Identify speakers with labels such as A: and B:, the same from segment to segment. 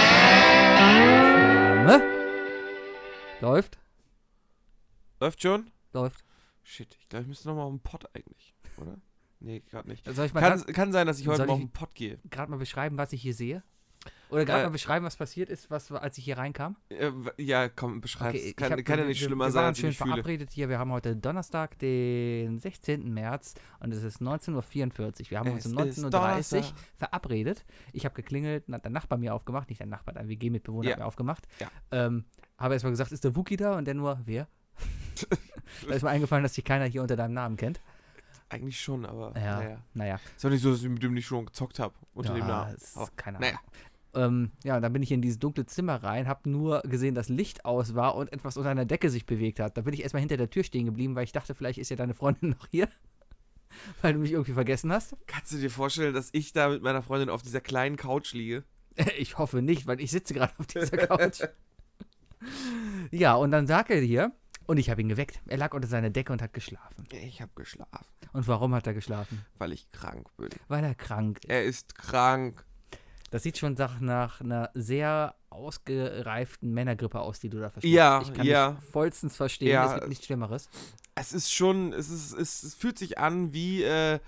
A: Äh, ne? Läuft?
B: Läuft schon?
A: Läuft.
B: Shit, ich glaube, ich müsste nochmal auf den Pott eigentlich, oder? Nee, gerade nicht.
A: Soll ich mal
B: Kann, kann sein, dass ich heute
A: Soll
B: mal auf
A: ich-
B: den Pott gehe.
A: gerade mal beschreiben, was ich hier sehe? Oder gerade
B: Äh,
A: mal beschreiben, was passiert ist, was, als ich hier reinkam?
B: Äh, w- Ja, komm, beschreib's.
A: Okay, ich
B: kann
A: hab-
B: kann ja
A: wir-
B: nicht
A: wir-
B: schlimmer
A: wir
B: sein,
A: waren
B: als ich
A: schön
B: mich fühle.
A: verabredet hier. Wir haben heute Donnerstag, den 16. März und es ist 19.44 Uhr. Wir haben uns
B: Es
A: um
B: ist
A: 19.30 Uhr
B: Donnerstag.
A: verabredet. Ich habe geklingelt, dann hat der Nachbar mir aufgemacht, nicht der Nachbar, ein WG-Mitbewohner
B: Ja.
A: hat mir aufgemacht.
B: Ja.
A: Ähm, habe erstmal gesagt, ist der Wookie da? Und der nur, wer? da ist mir eingefallen, dass dich keiner hier unter deinem Namen kennt.
B: Eigentlich schon, aber
A: Ja,
B: naja.
A: naja.
B: Ist doch nicht so, dass ich mit dem nicht schon gezockt habe. Unter
A: ja,
B: dem Namen.
A: es
B: Aber
A: Ist, keine Ahnung.
B: naja.
A: Ähm, ja, und dann bin ich in dieses dunkle Zimmer rein, habe nur gesehen, dass Licht aus war und etwas unter einer Decke sich bewegt hat. Da bin ich erstmal hinter der Tür stehen geblieben, weil ich dachte, vielleicht ist ja deine Freundin noch hier, weil du mich irgendwie vergessen hast.
B: Kannst du dir vorstellen, dass ich da mit meiner Freundin auf dieser kleinen Couch liege?
A: Ich hoffe nicht, weil ich sitze gerade auf dieser Couch. ja, und dann lag er hier und ich habe ihn geweckt. Er lag unter seiner Decke und hat geschlafen.
B: Ich habe geschlafen,
A: Und warum hat er geschlafen?
B: weil ich krank bin.
A: Weil er krank ist.
B: Er ist krank.
A: Das sieht schon nach, nach einer sehr ausgereiften Männergrippe aus, die du da verstehst.
B: Ja,
A: ich kann
B: ja.
A: dich vollstens verstehen.
B: Ja,
A: es gibt nichts Schlimmeres.
B: Es ist schon, es, ist, es, es fühlt sich an wie äh,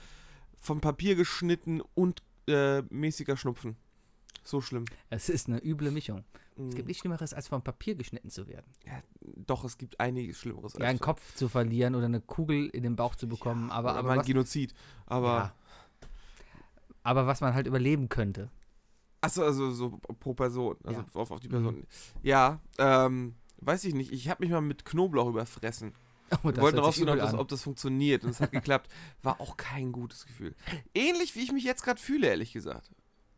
B: vom Papier geschnitten und äh, mäßiger Schnupfen. So schlimm.
A: Es ist eine üble Mischung.
B: Mm.
A: Es gibt nichts Schlimmeres, als vom Papier geschnitten zu werden.
B: ja, doch, es gibt einiges Schlimmeres.
A: Ja, einen
B: das.
A: Kopf zu verlieren oder eine Kugel in den Bauch zu bekommen. aber,
B: Oder
A: aber,
B: mal ein
A: was,
B: Genozid. Aber,
A: ja. aber was man halt überleben könnte.
B: achso, also so pro Person, also
A: Ja. Mhm.
B: auf, auf die Person. Ja, ähm, weiß ich nicht. Ich habe mich mal mit Knoblauch überfressen.
A: Oh,
B: Wir wollten
A: hört sich
B: rausfinden, ob
A: übel
B: das,
A: an.
B: ob das funktioniert. Und es hat geklappt. War auch kein gutes Gefühl. Ähnlich wie ich mich jetzt gerade fühle, ehrlich gesagt.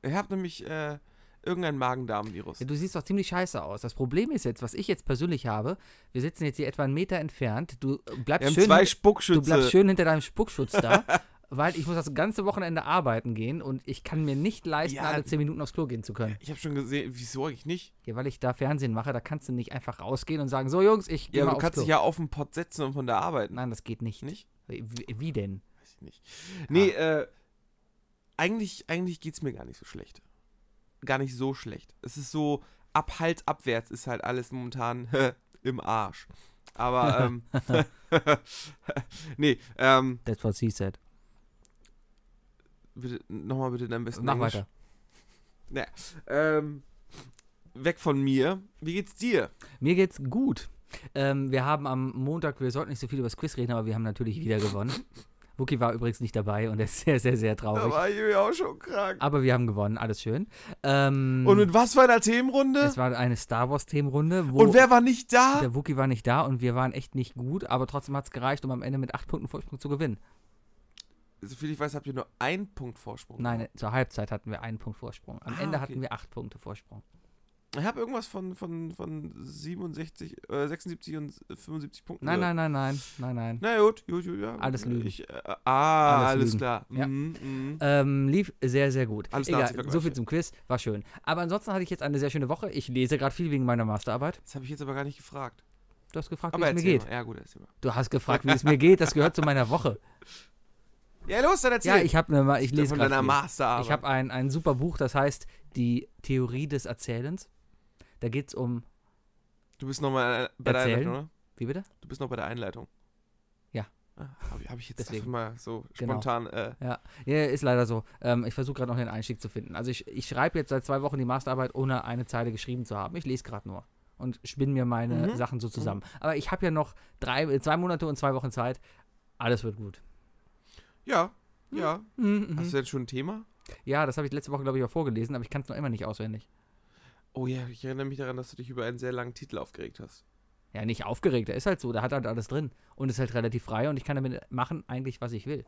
B: Ich habe nämlich äh, irgendein Magen-Darm-Virus.
A: ja, du siehst doch ziemlich scheiße aus. Das Problem ist jetzt, was ich jetzt persönlich habe, wir sitzen jetzt hier etwa einen Meter entfernt. Du äh,
B: Wir
A: bleibst,
B: haben
A: schön,
B: zwei
A: du
B: Spuckschütze.
A: bleibst schön hinter deinem Spuckschutz da, weil ich muss das ganze Wochenende arbeiten gehen und ich kann mir nicht leisten,
B: Ja.
A: alle zehn Minuten aufs Klo gehen zu können.
B: ich habe schon gesehen, wieso eigentlich nicht?
A: Ja, weil ich da Fernsehen mache, da kannst du nicht einfach rausgehen und sagen, so Jungs, ich gehe
B: Ja,
A: mal
B: aber du
A: aufs
B: kannst
A: Klo.
B: dich ja auf den Pott setzen und von da arbeiten.
A: Nein, das geht nicht.
B: Nicht?
A: Wie, wie denn?
B: Weiß ich nicht. Nee,
A: Ah.
B: äh, eigentlich, eigentlich geht es mir gar nicht so schlecht. Gar nicht so schlecht. Es ist so, ab Hals abwärts ist halt alles momentan im Arsch. Aber, ähm, nee, ähm,
A: That's what she said.
B: bitte, nochmal bitte dein besten
A: Mach
B: Englisch.
A: weiter.
B: Ähm, weg von mir. Wie geht's dir?
A: Mir geht's gut. Ähm, wir haben am Montag, wir sollten nicht so viel über das Quiz reden, aber wir haben natürlich wieder gewonnen. Wookie war übrigens nicht dabei und er ist sehr, sehr, sehr
B: Da
A: traurig.
B: war ich mir auch schon krank.
A: Aber wir haben gewonnen, alles schön. Ähm,
B: Und mit was für einer Themenrunde?
A: es war eine Star Wars-Themenrunde, wo
B: Und wer war nicht da?
A: der Wookie war nicht da und wir waren echt nicht gut, aber trotzdem hat's gereicht, um am Ende mit acht Punkten Vorsprung zu gewinnen.
B: Soviel ich weiß, habt ihr nur einen Punkt Vorsprung.
A: Nein, zur Halbzeit hatten wir einen Punkt Vorsprung. Am
B: Oh, Ah,
A: Ende
B: okay.
A: hatten wir acht Punkte Vorsprung.
B: Ich habe irgendwas von, von, von 67, äh, 76 und 75 Punkten.
A: Nein,
B: gehört.
A: nein, nein, nein, nein, nein.
B: Na gut, gut, gut, ja.
A: Alles Lügen.
B: Ich, äh, ah,
A: Alles
B: alles,
A: Lügen.
B: klar.
A: Ja.
B: Mhm, mhm.
A: Ähm, lief sehr, sehr gut.
B: Alles
A: Egal,
B: Nazi-Vergleiche.
A: so viel zum Quiz, war schön. Aber ansonsten hatte ich jetzt eine sehr schöne Woche. Ich lese gerade viel wegen meiner Masterarbeit.
B: Das habe ich jetzt aber gar nicht gefragt.
A: Du hast gefragt, wie
B: Aber
A: es mir
B: erzähl
A: geht.
B: mal. Ja, gut, erzähl mal.
A: Du hast gefragt, wie es mir geht. Das gehört zu meiner Woche.
B: Ja, los, dann erzähl.
A: Ja, ich habe eine, Ma- ich lese
B: Von
A: gerade
B: deiner
A: viel.
B: Masterarbeit.
A: Ich habe ein, ein super Buch, das heißt Die Theorie des Erzählens. Da geht es um,
B: du bist noch mal äh, bei der
A: Erzählen?
B: Einleitung, oder?
A: wie bitte?
B: Du bist noch bei der Einleitung.
A: Ja.
B: Ah, habe hab ich jetzt
A: Deswegen.
B: einfach mal so
A: Genau.
B: spontan. Äh,
A: Ja, ist leider so. Ähm, ich versuche gerade noch den Einstieg zu finden. Also ich, ich schreibe jetzt seit zwei Wochen die Masterarbeit, ohne eine Zeile geschrieben zu haben. Ich lese gerade nur und spinne mir meine
B: Mhm.
A: Sachen so zusammen. Aber ich habe ja noch drei, äh, zwei Monate und zwei Wochen Zeit. Alles wird gut.
B: ja, ja.
A: Mhm,
B: Hast
A: mhm.
B: du denn schon ein Thema?
A: Ja, das habe ich letzte Woche, glaube ich, auch vorgelesen, aber ich kann es noch immer nicht auswendig.
B: Oh ja, ich erinnere mich daran, dass du dich über einen sehr langen Titel aufgeregt hast.
A: Ja, nicht aufgeregt, er ist halt so, da hat halt alles drin und ist halt relativ frei und ich kann damit machen eigentlich, was ich will.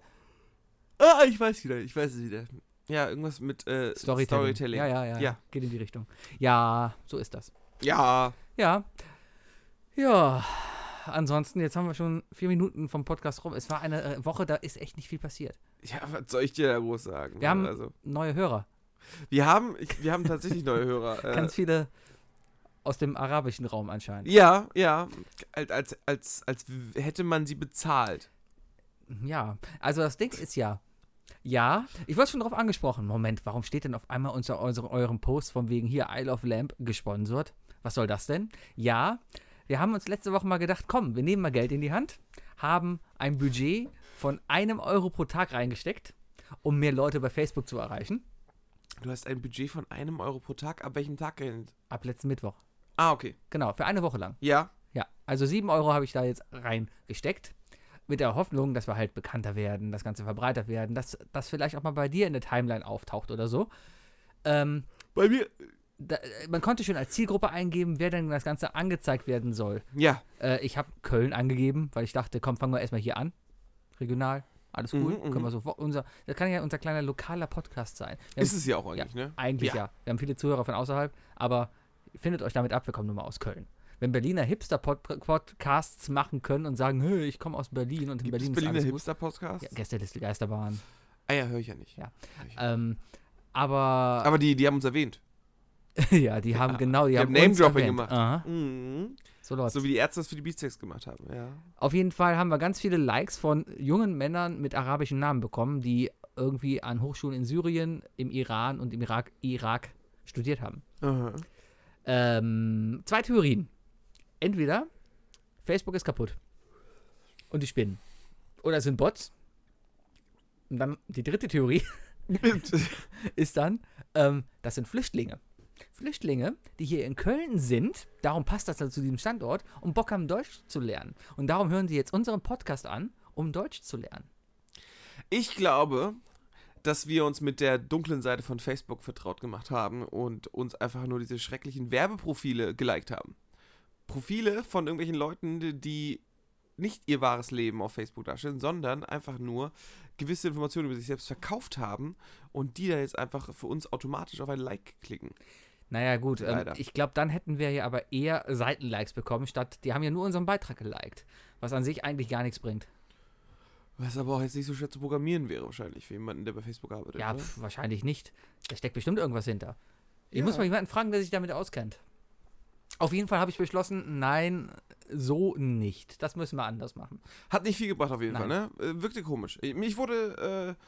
B: Ah, ich weiß wieder, ich weiß es wieder. Ja, irgendwas mit äh,
A: Storytelling.
B: Storytelling.
A: Ja, ja, ja,
B: Ja.
A: ja. Geht in die Richtung. Ja, so ist das.
B: Ja,
A: Ja. Ja. Ansonsten, jetzt haben wir schon vier Minuten vom Podcast rum. Es war eine äh, Woche, da ist echt nicht viel passiert.
B: ja, was soll ich dir da groß sagen?
A: Wir haben-
B: also,
A: Neue Hörer.
B: wir haben, ich, wir haben tatsächlich neue Hörer. Äh,
A: Ganz viele aus dem arabischen Raum anscheinend.
B: ja, ja, als, als, als, als hätte man sie bezahlt.
A: Ja. Also das Ding ist ja. Ja, ich wurde schon darauf angesprochen. Moment, warum steht denn auf einmal unter unserem, eurem Post von wegen hier Isle of Lamp gesponsert? Was soll das denn? Ja, Wir haben uns letzte Woche mal gedacht, komm, wir nehmen mal Geld in die Hand, haben ein Budget von einem Euro pro Tag reingesteckt, um mehr Leute bei Facebook zu erreichen.
B: Du hast ein Budget von einem Euro pro Tag. Ab welchem Tag gerechnet?
A: Ab letzten Mittwoch.
B: Ah, okay.
A: Genau, für eine Woche lang.
B: Ja.
A: Ja, also 7 Euro habe ich da jetzt reingesteckt. Mit der Hoffnung, dass wir halt bekannter werden, das Ganze verbreitert werden, dass das vielleicht auch mal bei dir in der Timeline auftaucht oder so. Ähm,
B: Bei mir.
A: da, man konnte schon als Zielgruppe eingeben, wer denn das Ganze angezeigt werden soll.
B: Ja.
A: Äh, ich habe Köln angegeben, weil ich dachte, komm, fangen wir erstmal hier an. Regional, alles
B: Mhm,
A: cool.
B: mhm.
A: Können wir so, unser, das kann ja unser kleiner lokaler Podcast sein. Wir
B: Ist
A: haben,
B: es ja auch eigentlich, ne?
A: eigentlich
B: ja.
A: ja. Wir haben viele Zuhörer von außerhalb, aber findet euch damit ab, wir kommen nur mal aus Köln. Wenn Berliner Hipster-Podcasts machen können und sagen, hey, ich komme aus Berlin und in
B: Gibt
A: Berlin
B: es
A: ist
B: Berliner
A: alles gut.
B: Hipster-Podcast?
A: Ja, Gästeliste Geisterbahn.
B: Ah ja, höre ich ja nicht.
A: Ja. Ähm, aber,
B: Aber die, die haben uns erwähnt.
A: ja, die haben
B: Ja,
A: genau, die,
B: die
A: haben,
B: haben
A: uns
B: Name-Dropping
A: erwähnt.
B: gemacht.
A: Aha,
B: Mhm.
A: so läuft's.
B: So wie die Ärzte das für die Beatsteaks gemacht haben, ja.
A: Auf jeden Fall haben wir ganz viele Likes von jungen Männern mit arabischen Namen bekommen, die irgendwie an Hochschulen in Syrien, im Iran und im Irak, Irak studiert haben.
B: Aha.
A: Ähm, zwei Theorien. Entweder Facebook ist kaputt und die spinnen. Oder es sind Bots. Und dann die dritte Theorie ist dann, ähm, das sind Flüchtlinge. Flüchtlinge, die hier in Köln sind, darum passt das dann zu diesem Standort, und Bock haben, Deutsch zu lernen. Und darum hören sie jetzt unseren Podcast an, um Deutsch zu lernen.
B: Ich glaube, dass wir uns mit der dunklen Seite von Facebook vertraut gemacht haben und uns einfach nur diese schrecklichen Werbeprofile geliked haben. Profile von irgendwelchen Leuten, die nicht ihr wahres Leben auf Facebook darstellen, sondern einfach nur gewisse Informationen über sich selbst verkauft haben und die da jetzt einfach für uns automatisch auf ein Like klicken.
A: Naja, gut, ähm,
B: Leider.
A: ich glaube, dann hätten wir ja aber eher Seitenlikes bekommen, statt, die haben ja nur unseren Beitrag geliked, was an sich eigentlich gar nichts bringt.
B: Was aber auch jetzt nicht so schwer zu programmieren wäre wahrscheinlich für jemanden, der bei Facebook arbeitet.
A: Ja,
B: oder?
A: pf, wahrscheinlich nicht. Da steckt bestimmt irgendwas hinter. Ich
B: Ja.
A: muss mal jemanden fragen, der sich damit auskennt. Auf jeden Fall habe ich beschlossen, nein, so nicht. Das müssen wir anders machen.
B: Hat nicht viel gebracht auf jeden
A: Nein.
B: Fall, ne? Äh, Wirkte komisch. Ich, ich wurde, äh,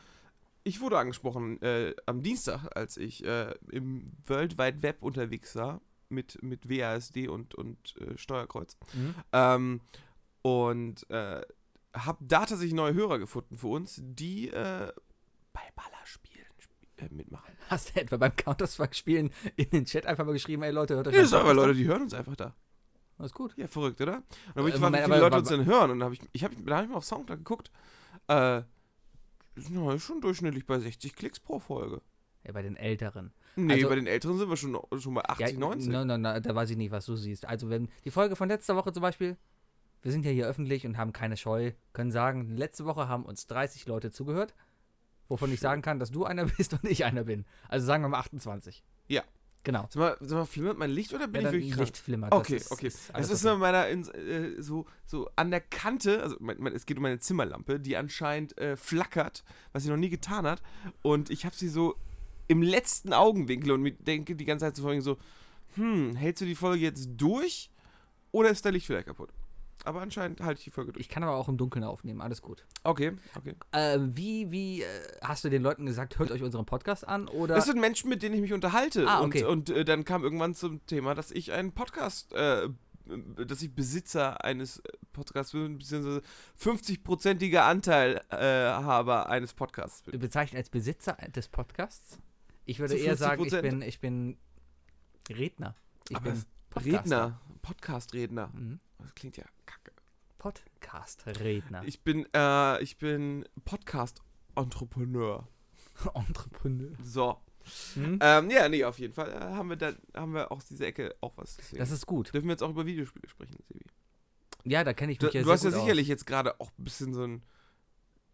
B: ich wurde angesprochen äh, am Dienstag, als ich äh, im World Wide Web unterwegs war mit, mit WASD und, und äh, Steuerkreuz.
A: Mhm.
B: Ähm, und äh, hab da tatsächlich neue Hörer gefunden für uns, die äh, bei Ballerspielen sp- äh, mitmachen.
A: Hast du etwa beim Counter-Strike-Spielen in den Chat einfach mal geschrieben, ey Leute, hört euch
B: Ja,
A: an.
B: das sind aber Leute, die hören uns einfach da.
A: Das ist gut.
B: Ja, verrückt, oder? Und dann habe ich
A: Äh,
B: gefragt, wie
A: Moment,
B: viele
A: aber-
B: Leute
A: aber-
B: uns denn hören. Und dann habe ich, ich hab, dann hab ich mal auf Soundcloud geguckt. Äh, ist noch- ist schon durchschnittlich bei 60 Klicks pro Folge.
A: Ja, bei den Älteren.
B: Nee,
A: Also-
B: bei den Älteren sind wir schon, schon bei 80,
A: ja,
B: 90.
A: Nein, nein, nein, da weiß ich nicht, was du siehst. Also wenn die Folge von letzter Woche zum Beispiel, wir sind ja hier öffentlich und haben keine Scheu, können sagen, letzte Woche haben uns 30 Leute zugehört, wovon ich sagen kann, dass du einer bist und ich einer bin. Also sagen wir mal 28.
B: Ja.
A: Genau.
B: Sag, mal, sag mal, flimmert mein Licht oder
A: ja,
B: bin ich
A: dann
B: wirklich krank?
A: Licht flimmert.
B: Okay,
A: Ah, das ist,
B: okay.
A: Ist
B: Es
A: alles
B: ist
A: okay.
B: nur meiner, ins- äh, so, so an der Kante, also mein, mein, es geht um meine Zimmerlampe, die anscheinend äh, flackert, was sie noch nie getan hat. Und ich habe sie so im letzten Augenwinkel und mir denke die ganze Zeit so, vor allem so, hm, hältst du die Folge jetzt durch oder ist der Licht vielleicht kaputt? Aber anscheinend halte ich die Folge durch.
A: Ich kann aber auch im Dunkeln aufnehmen, alles gut.
B: Okay, okay.
A: Äh, wie wie äh, hast du den Leuten gesagt, hört euch unseren Podcast an? Oder
B: Das sind Menschen, mit denen ich mich unterhalte.
A: Ah, okay.
B: Und, und äh, dann kam irgendwann zum Thema, dass ich einen Podcast, äh, dass ich Besitzer eines äh, Podcasts bin, beziehungsweise 50-prozentiger Anteilhaber äh, Haber eines Podcasts bin.
A: bezeichnet als Besitzer des Podcasts? Ich würde
B: Zu
A: eher sagen, ich
B: 50%.
A: bin, ich bin Redner. Ich
B: Aber
A: bin Podcaster.
B: Redner, Podcast-Redner.
A: Mhm.
B: Das klingt ja kacke.
A: Podcast-Redner.
B: Ich bin, äh, ich bin Podcast-Entrepreneur.
A: Entrepreneur.
B: So.
A: Hm?
B: Ähm, ja, nee, auf jeden Fall äh, haben wir da haben wir aus dieser Ecke auch was. Deswegen
A: Das ist gut.
B: Dürfen wir jetzt auch über Videospiele sprechen, Sebi?
A: Ja, da kenne ich
B: Du,
A: mich ja
B: du
A: sehr
B: hast ja
A: gut
B: sicherlich jetzt gerade auch ein bisschen so ein.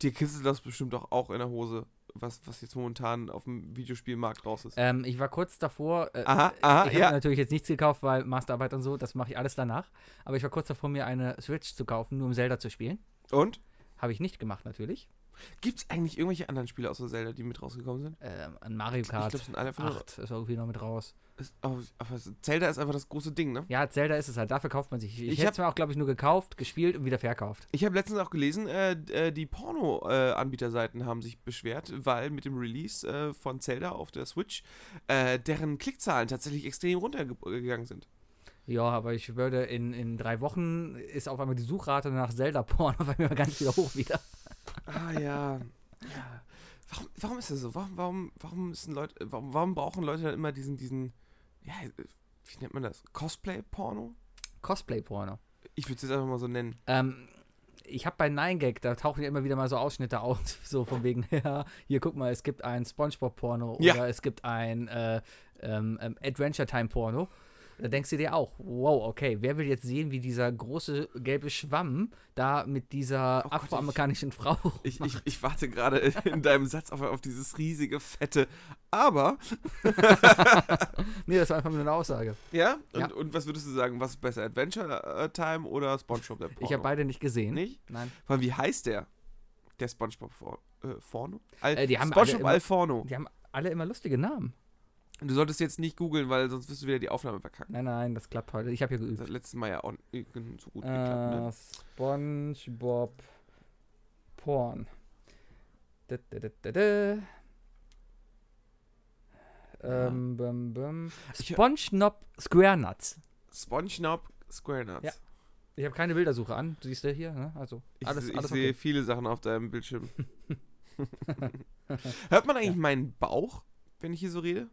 B: Dir kitzelt das bestimmt auch, auch in der Hose, was, was jetzt momentan auf dem Videospielmarkt raus ist.
A: aus. Ähm, ich war kurz davor. Äh,
B: aha, aha,
A: ich habe
B: ja.
A: natürlich jetzt nichts gekauft, weil Masterarbeit und so, das mache ich alles danach. Aber ich war kurz davor, mir eine Switch zu kaufen, nur um Zelda zu spielen.
B: Und?
A: Habe ich nicht gemacht, natürlich.
B: Gibt es eigentlich irgendwelche anderen Spiele außer Zelda, die mit rausgekommen sind?
A: Ähm, ein Mario
B: Ich
A: Kart
B: glaube, es sind alle einfach nur.
A: 8 ist irgendwie noch mit raus.
B: Ist, aber, aber es- Zelda ist einfach das große Ding, ne?
A: Ja, Zelda ist es halt. Dafür kauft man sich. Ich,
B: Ich
A: hätte es mir auch, glaube ich, nur gekauft, gespielt und wieder verkauft.
B: Ich habe letztens auch gelesen, äh, d- äh, die Porno-Anbieterseiten haben sich beschwert, weil mit dem Release äh, von Zelda auf der Switch äh, deren Klickzahlen tatsächlich extrem runtergegangen sind.
A: Ja, aber ich würde in, in drei Wochen ist auf einmal die Suchrate nach Zelda-Porn auf einmal ganz wieder hoch wieder.
B: Ah ja. ja. Warum, warum ist das so? Warum, warum, warum müssen Leute, warum, warum brauchen Leute dann immer diesen, diesen, ja, wie nennt man das? Cosplay-Porno?
A: Cosplay-Porno.
B: Ich würde es jetzt einfach mal so nennen.
A: Ähm, ich habe bei Nine Gag, da tauchen ja immer wieder mal so Ausschnitte auf, so von wegen, ja, hier guck mal, es gibt ein Spongebob-Porno oder
B: Ja.
A: es gibt ein äh, ähm, ähm, Adventure-Time-Porno. Da denkst du dir auch, wow, okay, wer will jetzt sehen, wie dieser große gelbe Schwamm da mit dieser
B: Oh Gott, ich-
A: afroamerikanischen Frau.
B: Ich, ich, ich warte gerade in deinem Satz auf, auf dieses riesige, fette Aber.
A: nee, das war einfach nur eine Aussage.
B: Ja? Und,
A: Ja.
B: und was würdest du sagen? Was ist besser? Adventure äh, Time oder Spongebob der Porno?
A: Ich habe beide nicht gesehen.
B: Nicht?
A: Nein.
B: Vor allem, wie heißt der? Der Spongebob For äh, Forno? Al
A: Äh, die haben alle
B: Spongebob
A: immer-
B: Alforno.
A: Die haben alle immer lustige Namen.
B: Du solltest jetzt nicht googeln, weil sonst wirst du wieder die Aufnahme verkacken.
A: Nein, nein, das klappt heute. Ich habe hier
B: Das
A: geübt.
B: hat letztes Mal ja auch nicht so gut geklappt.
A: Äh,
B: Ne?
A: SpongeBob Porn. Da, da, da, da, da. Ähm, bum, bum.
B: Ich-
A: SpongeBob Square Nuts.
B: SpongeBob SquareNuts.
A: Äh. Ja. Ich habe keine Bildersuche an. Siehst du hier? Ne? Also
B: Ich,
A: alles,
B: ich
A: alles
B: sehe
A: okay.
B: viele Sachen auf deinem Bildschirm. Hört man eigentlich meinen Bauch, wenn ich hier so rede?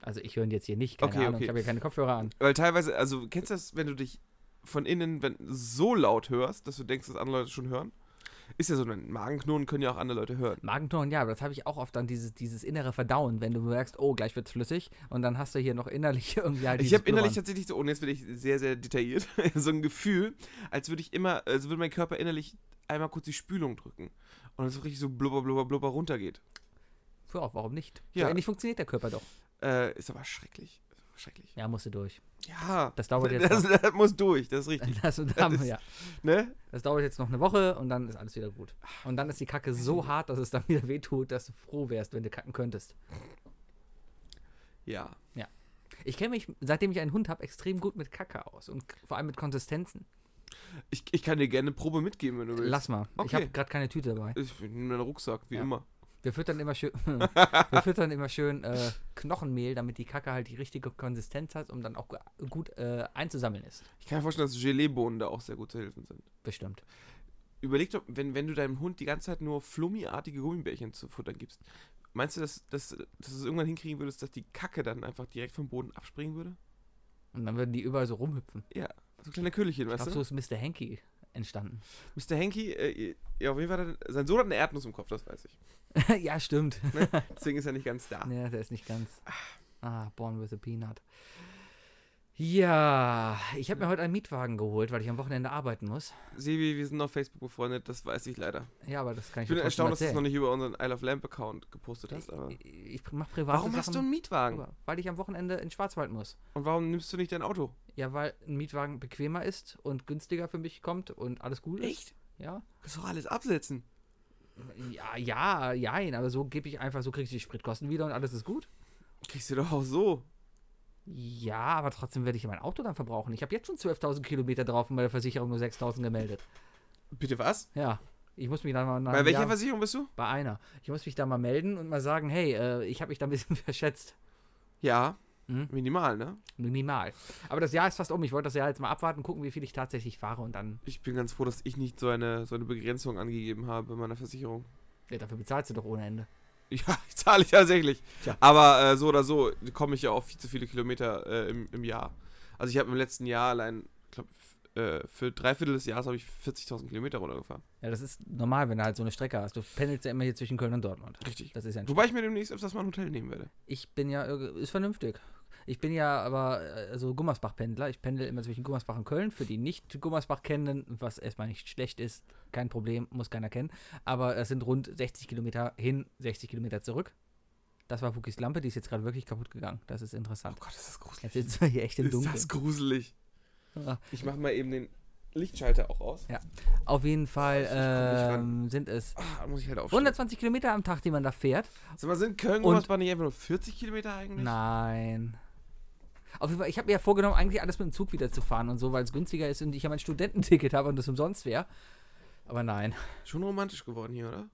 A: Also ich höre ihn jetzt hier nicht. Keine
B: Okay,
A: Ahnung.
B: okay.
A: Ich habe hier keine Kopfhörer an.
B: Weil teilweise, also kennst du das, wenn du dich von innen wenn, so laut hörst, dass du denkst, dass andere Leute schon hören? Ist ja so, ein Magenknurren können ja auch andere Leute hören.
A: Magenton, ja, aber das habe ich auch oft dann dieses, dieses innere Verdauen, wenn du merkst, oh, gleich wird's flüssig und dann hast du hier noch innerlich irgendwie halt
B: Ich
A: dieses
B: habe innerlich
A: Blubbern.
B: tatsächlich so, und jetzt bin ich sehr, sehr detailliert, so ein Gefühl, als würde ich immer, als würde mein Körper innerlich einmal kurz die Spülung drücken. Und es so richtig so blubber, blubber, blubber runtergeht.
A: Ja, warum nicht?
B: Ja.
A: So ähnlich funktioniert der Körper doch.
B: Äh, ist aber schrecklich. Schrecklich.
A: Ja, musst du durch.
B: Ja.
A: Das dauert jetzt
B: Das, das muss durch, das ist richtig.
A: Das, dann,
B: ist-
A: ja.
B: Ne?
A: das dauert jetzt noch eine Woche und dann ist alles wieder gut. Und dann ist die Kacke so hart, dass es dann wieder wehtut, dass du froh wärst, wenn du kacken könntest.
B: Ja.
A: Ich kenne mich, seitdem ich einen Hund habe, extrem gut mit Kacke aus und k- vor allem mit Konsistenzen.
B: Ich, ich kann dir gerne eine Probe mitgeben, wenn du willst.
A: Lass mal. Ich
B: Okay.
A: habe gerade keine Tüte dabei.
B: Ich nehme meinen Rucksack, wie
A: Ja.
B: immer.
A: Wir füttern immer schön, wir füttern immer schön äh, Knochenmehl, damit die Kacke halt die richtige Konsistenz hat, um dann auch gu- gut äh, einzusammeln ist.
B: Ich kann mir vorstellen, dass Geleebohnen da auch sehr gute Hilfen sind.
A: Bestimmt.
B: Überleg doch, wenn, wenn du deinem Hund die ganze Zeit nur flummiartige Gummibärchen zu futtern gibst, meinst du, dass, dass, dass du es irgendwann hinkriegen würdest, dass die Kacke dann einfach direkt vom Boden abspringen würde?
A: Und dann würden die überall so rumhüpfen.
B: So kleine Köhlchen,
A: Ich
B: weißt
A: glaube,
B: du?
A: so ist Mr. Hanky entstanden.
B: Mr. Henky, äh, ja, auf jeden Fall, hat er- sein Sohn hat eine Erdnuss im Kopf, das weiß ich.
A: ja, stimmt.
B: Deswegen ist er nicht ganz da.
A: Ja, der ist nicht ganz. Ah, Born with a Peanut. Ja, ich habe mir heute einen Mietwagen geholt, weil ich am Wochenende arbeiten muss.
B: Sebi, wir sind auf Facebook befreundet, das weiß ich leider.
A: Ja, aber das kann
B: Ich
A: ich
B: bin
A: ja trotzdem
B: erstaunt, dass du es noch
A: erzählen.
B: nicht über unseren Isle of Lamp-Account gepostet hast. Aber
A: Ich, ich mache private
B: warum hast du einen
A: Sachen
B: Mietwagen?
A: drüber, Weil ich am Wochenende in Schwarzwald muss.
B: Und warum nimmst du nicht dein Auto?
A: Ja, weil ein Mietwagen bequemer ist und günstiger für mich kommt und alles gut ist. Ja.
B: Kannst du doch alles absetzen.
A: Ja, ja, jein, aber so gebe ich einfach, so kriege ich die Spritkosten wieder und alles ist gut.
B: Kriegst du doch auch so.
A: Ja, aber trotzdem werde ich mein Auto dann verbrauchen. Ich habe jetzt schon 12.000 Kilometer drauf und bei der Versicherung nur 6.000 gemeldet.
B: Bitte was?
A: Ja, ich muss mich dann mal nach
B: Bei
A: einem
B: welcher
A: Jahr-
B: Versicherung bist du?
A: bei einer. Ich muss mich da mal melden und mal sagen, hey, äh, ich habe mich da ein bisschen verschätzt.
B: Ja,
A: Hm?
B: minimal, ne?
A: Minimal. Aber das Jahr ist fast um. Ich wollte das Jahr jetzt mal abwarten, gucken, wie viel ich tatsächlich fahre und dann,
B: Ich bin ganz froh, dass ich nicht so eine, so eine Begrenzung angegeben habe in meiner Versicherung.
A: ja, dafür bezahlst du doch ohne Ende.
B: Ja, ich zahle ich tatsächlich.
A: Tja.
B: Aber äh, so oder so komme ich ja auf viel zu viele Kilometer äh, im, im Jahr. Also ich habe im letzten Jahr allein, ich glaube, äh, für drei Viertel des Jahres habe ich 40.000 Kilometer runtergefahren.
A: Ja, das ist normal, wenn du halt so eine Strecke hast. Du pendelst ja immer hier zwischen Köln und Dortmund.
B: Richtig.
A: Das ist ja ein
B: Wobei ich mir demnächst öfters mal ein Hotel nehmen werde.
A: Ich bin ja, irg- ist vernünftig. Ich bin ja aber äh, so Gummersbach-Pendler. Ich pendel immer zwischen Gummersbach und Köln. Für die nicht Gummersbach kennen, was erstmal nicht schlecht ist, kein Problem, muss keiner kennen. Aber es sind rund 60 Kilometer hin, 60 Kilometer zurück. Das war Wookies Lampe, die ist jetzt gerade wirklich kaputt gegangen. Das ist
B: Oh
A: interessant.
B: Gott, ist das
A: Jetzt
B: gruselig.
A: sitzen wir hier echt im
B: Ist
A: Dunkeln.
B: das gruselig.
A: Ah.
B: Ich mache mal eben den Lichtschalter auch aus.
A: Auf jeden Fall
B: Ich komm nicht
A: ähm, sind es
B: Ah, da muss ich halt aufstehen.
A: 120 Kilometer am Tag, die man da fährt.
B: Sag mal, sind Köln
A: Und-
B: und Gummersbach nicht einfach nur 40 Kilometer eigentlich?
A: Nein. Auf jeden Fall, ich habe mir ja vorgenommen, eigentlich alles mit dem Zug wieder zu fahren und so, weil es günstiger ist und ich ja mein Studententicket habe und das umsonst wäre. Aber nein.
B: Schon romantisch geworden hier, oder?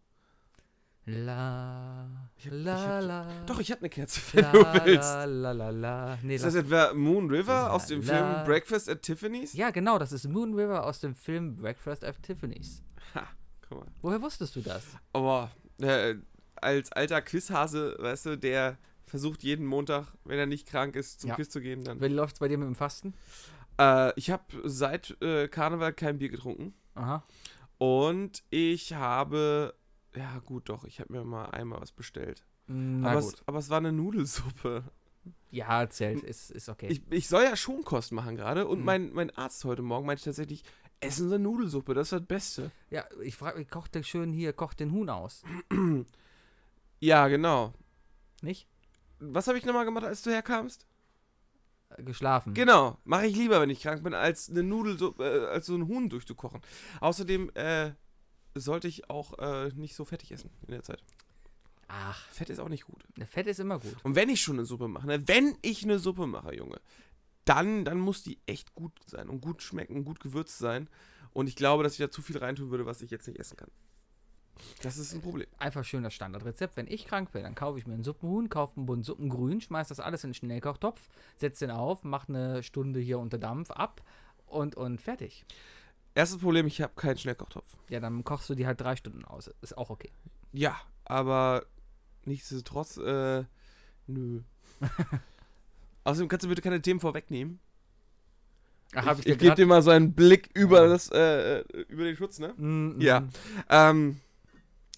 A: La,
B: Ich hab- ich
A: la,
B: hab-
A: la.
B: Doch, ich habe eine Kerze, wenn
A: la,
B: du willst.
A: La, la, la, la. Nee,
B: Ist
A: lass-
B: das etwa Moon River aus dem
A: La, la.
B: Film Breakfast at Tiffany's?
A: ja, genau, das ist Moon River aus dem Film Breakfast at Tiffany's.
B: Ha, guck mal.
A: Woher wusstest du das?
B: Aber äh, als alter Quizhase, weißt du, der versucht jeden Montag, wenn er nicht krank ist, zum
A: Ja.
B: Quiz zu gehen, dann.
A: Wie läuft's bei dir mit dem Fasten?
B: Äh, ich habe seit äh, Karneval kein Bier getrunken.
A: Aha.
B: Und ich habe. Ja, gut, doch, ich habe mir mal einmal was bestellt.
A: Hm, Na
B: Aber
A: gut.
B: es, aber es war eine Nudelsuppe.
A: Ja, zählt, ist, ist okay.
B: Ich, ich soll ja Schonkost machen gerade. Und
A: Mhm.
B: mein, mein Arzt heute Morgen meinte tatsächlich: Essen Sie Nudelsuppe, das ist das Beste.
A: ja, ich frage mich, kocht der schön hier, kocht den Huhn aus,
B: Ja, genau.
A: nicht?
B: Was habe ich nochmal gemacht, als du herkamst?
A: Äh, Geschlafen.
B: Genau, mache ich lieber, wenn ich krank bin, als eine Nudelsuppe, äh, als so einen Huhn durchzukochen. Außerdem äh, sollte ich auch äh, nicht so fettig essen in der Zeit.
A: Ach,
B: Fett ist auch nicht gut.
A: Fett ist immer gut.
B: Und wenn ich schon eine Suppe mache, ne, wenn ich eine Suppe mache, Junge, dann, dann muss die echt gut sein und gut schmecken und gut gewürzt sein. Und ich glaube, dass ich da zu viel reintun würde, was ich jetzt nicht essen kann. Das ist ein Problem.
A: Einfach schön das Standardrezept. Wenn ich krank bin, dann kaufe ich mir einen Suppenhuhn, kaufe einen Bund Suppengrün, schmeiß das alles in den Schnellkochtopf, setz den auf, mach eine Stunde hier unter Dampf ab und, und fertig.
B: Erstes Problem, ich habe keinen Schnellkochtopf.
A: Ja, dann kochst du die halt drei Stunden aus. Ist auch okay.
B: Ja, aber nichtsdestotrotz, äh, nö. Außerdem kannst du bitte keine Themen vorwegnehmen.
A: Ach,
B: ich ich gebe dir mal so einen Blick über,
A: Ja.
B: das, äh, äh, über den Schutz, ne?
A: Mm, mm.
B: Ja. Ähm,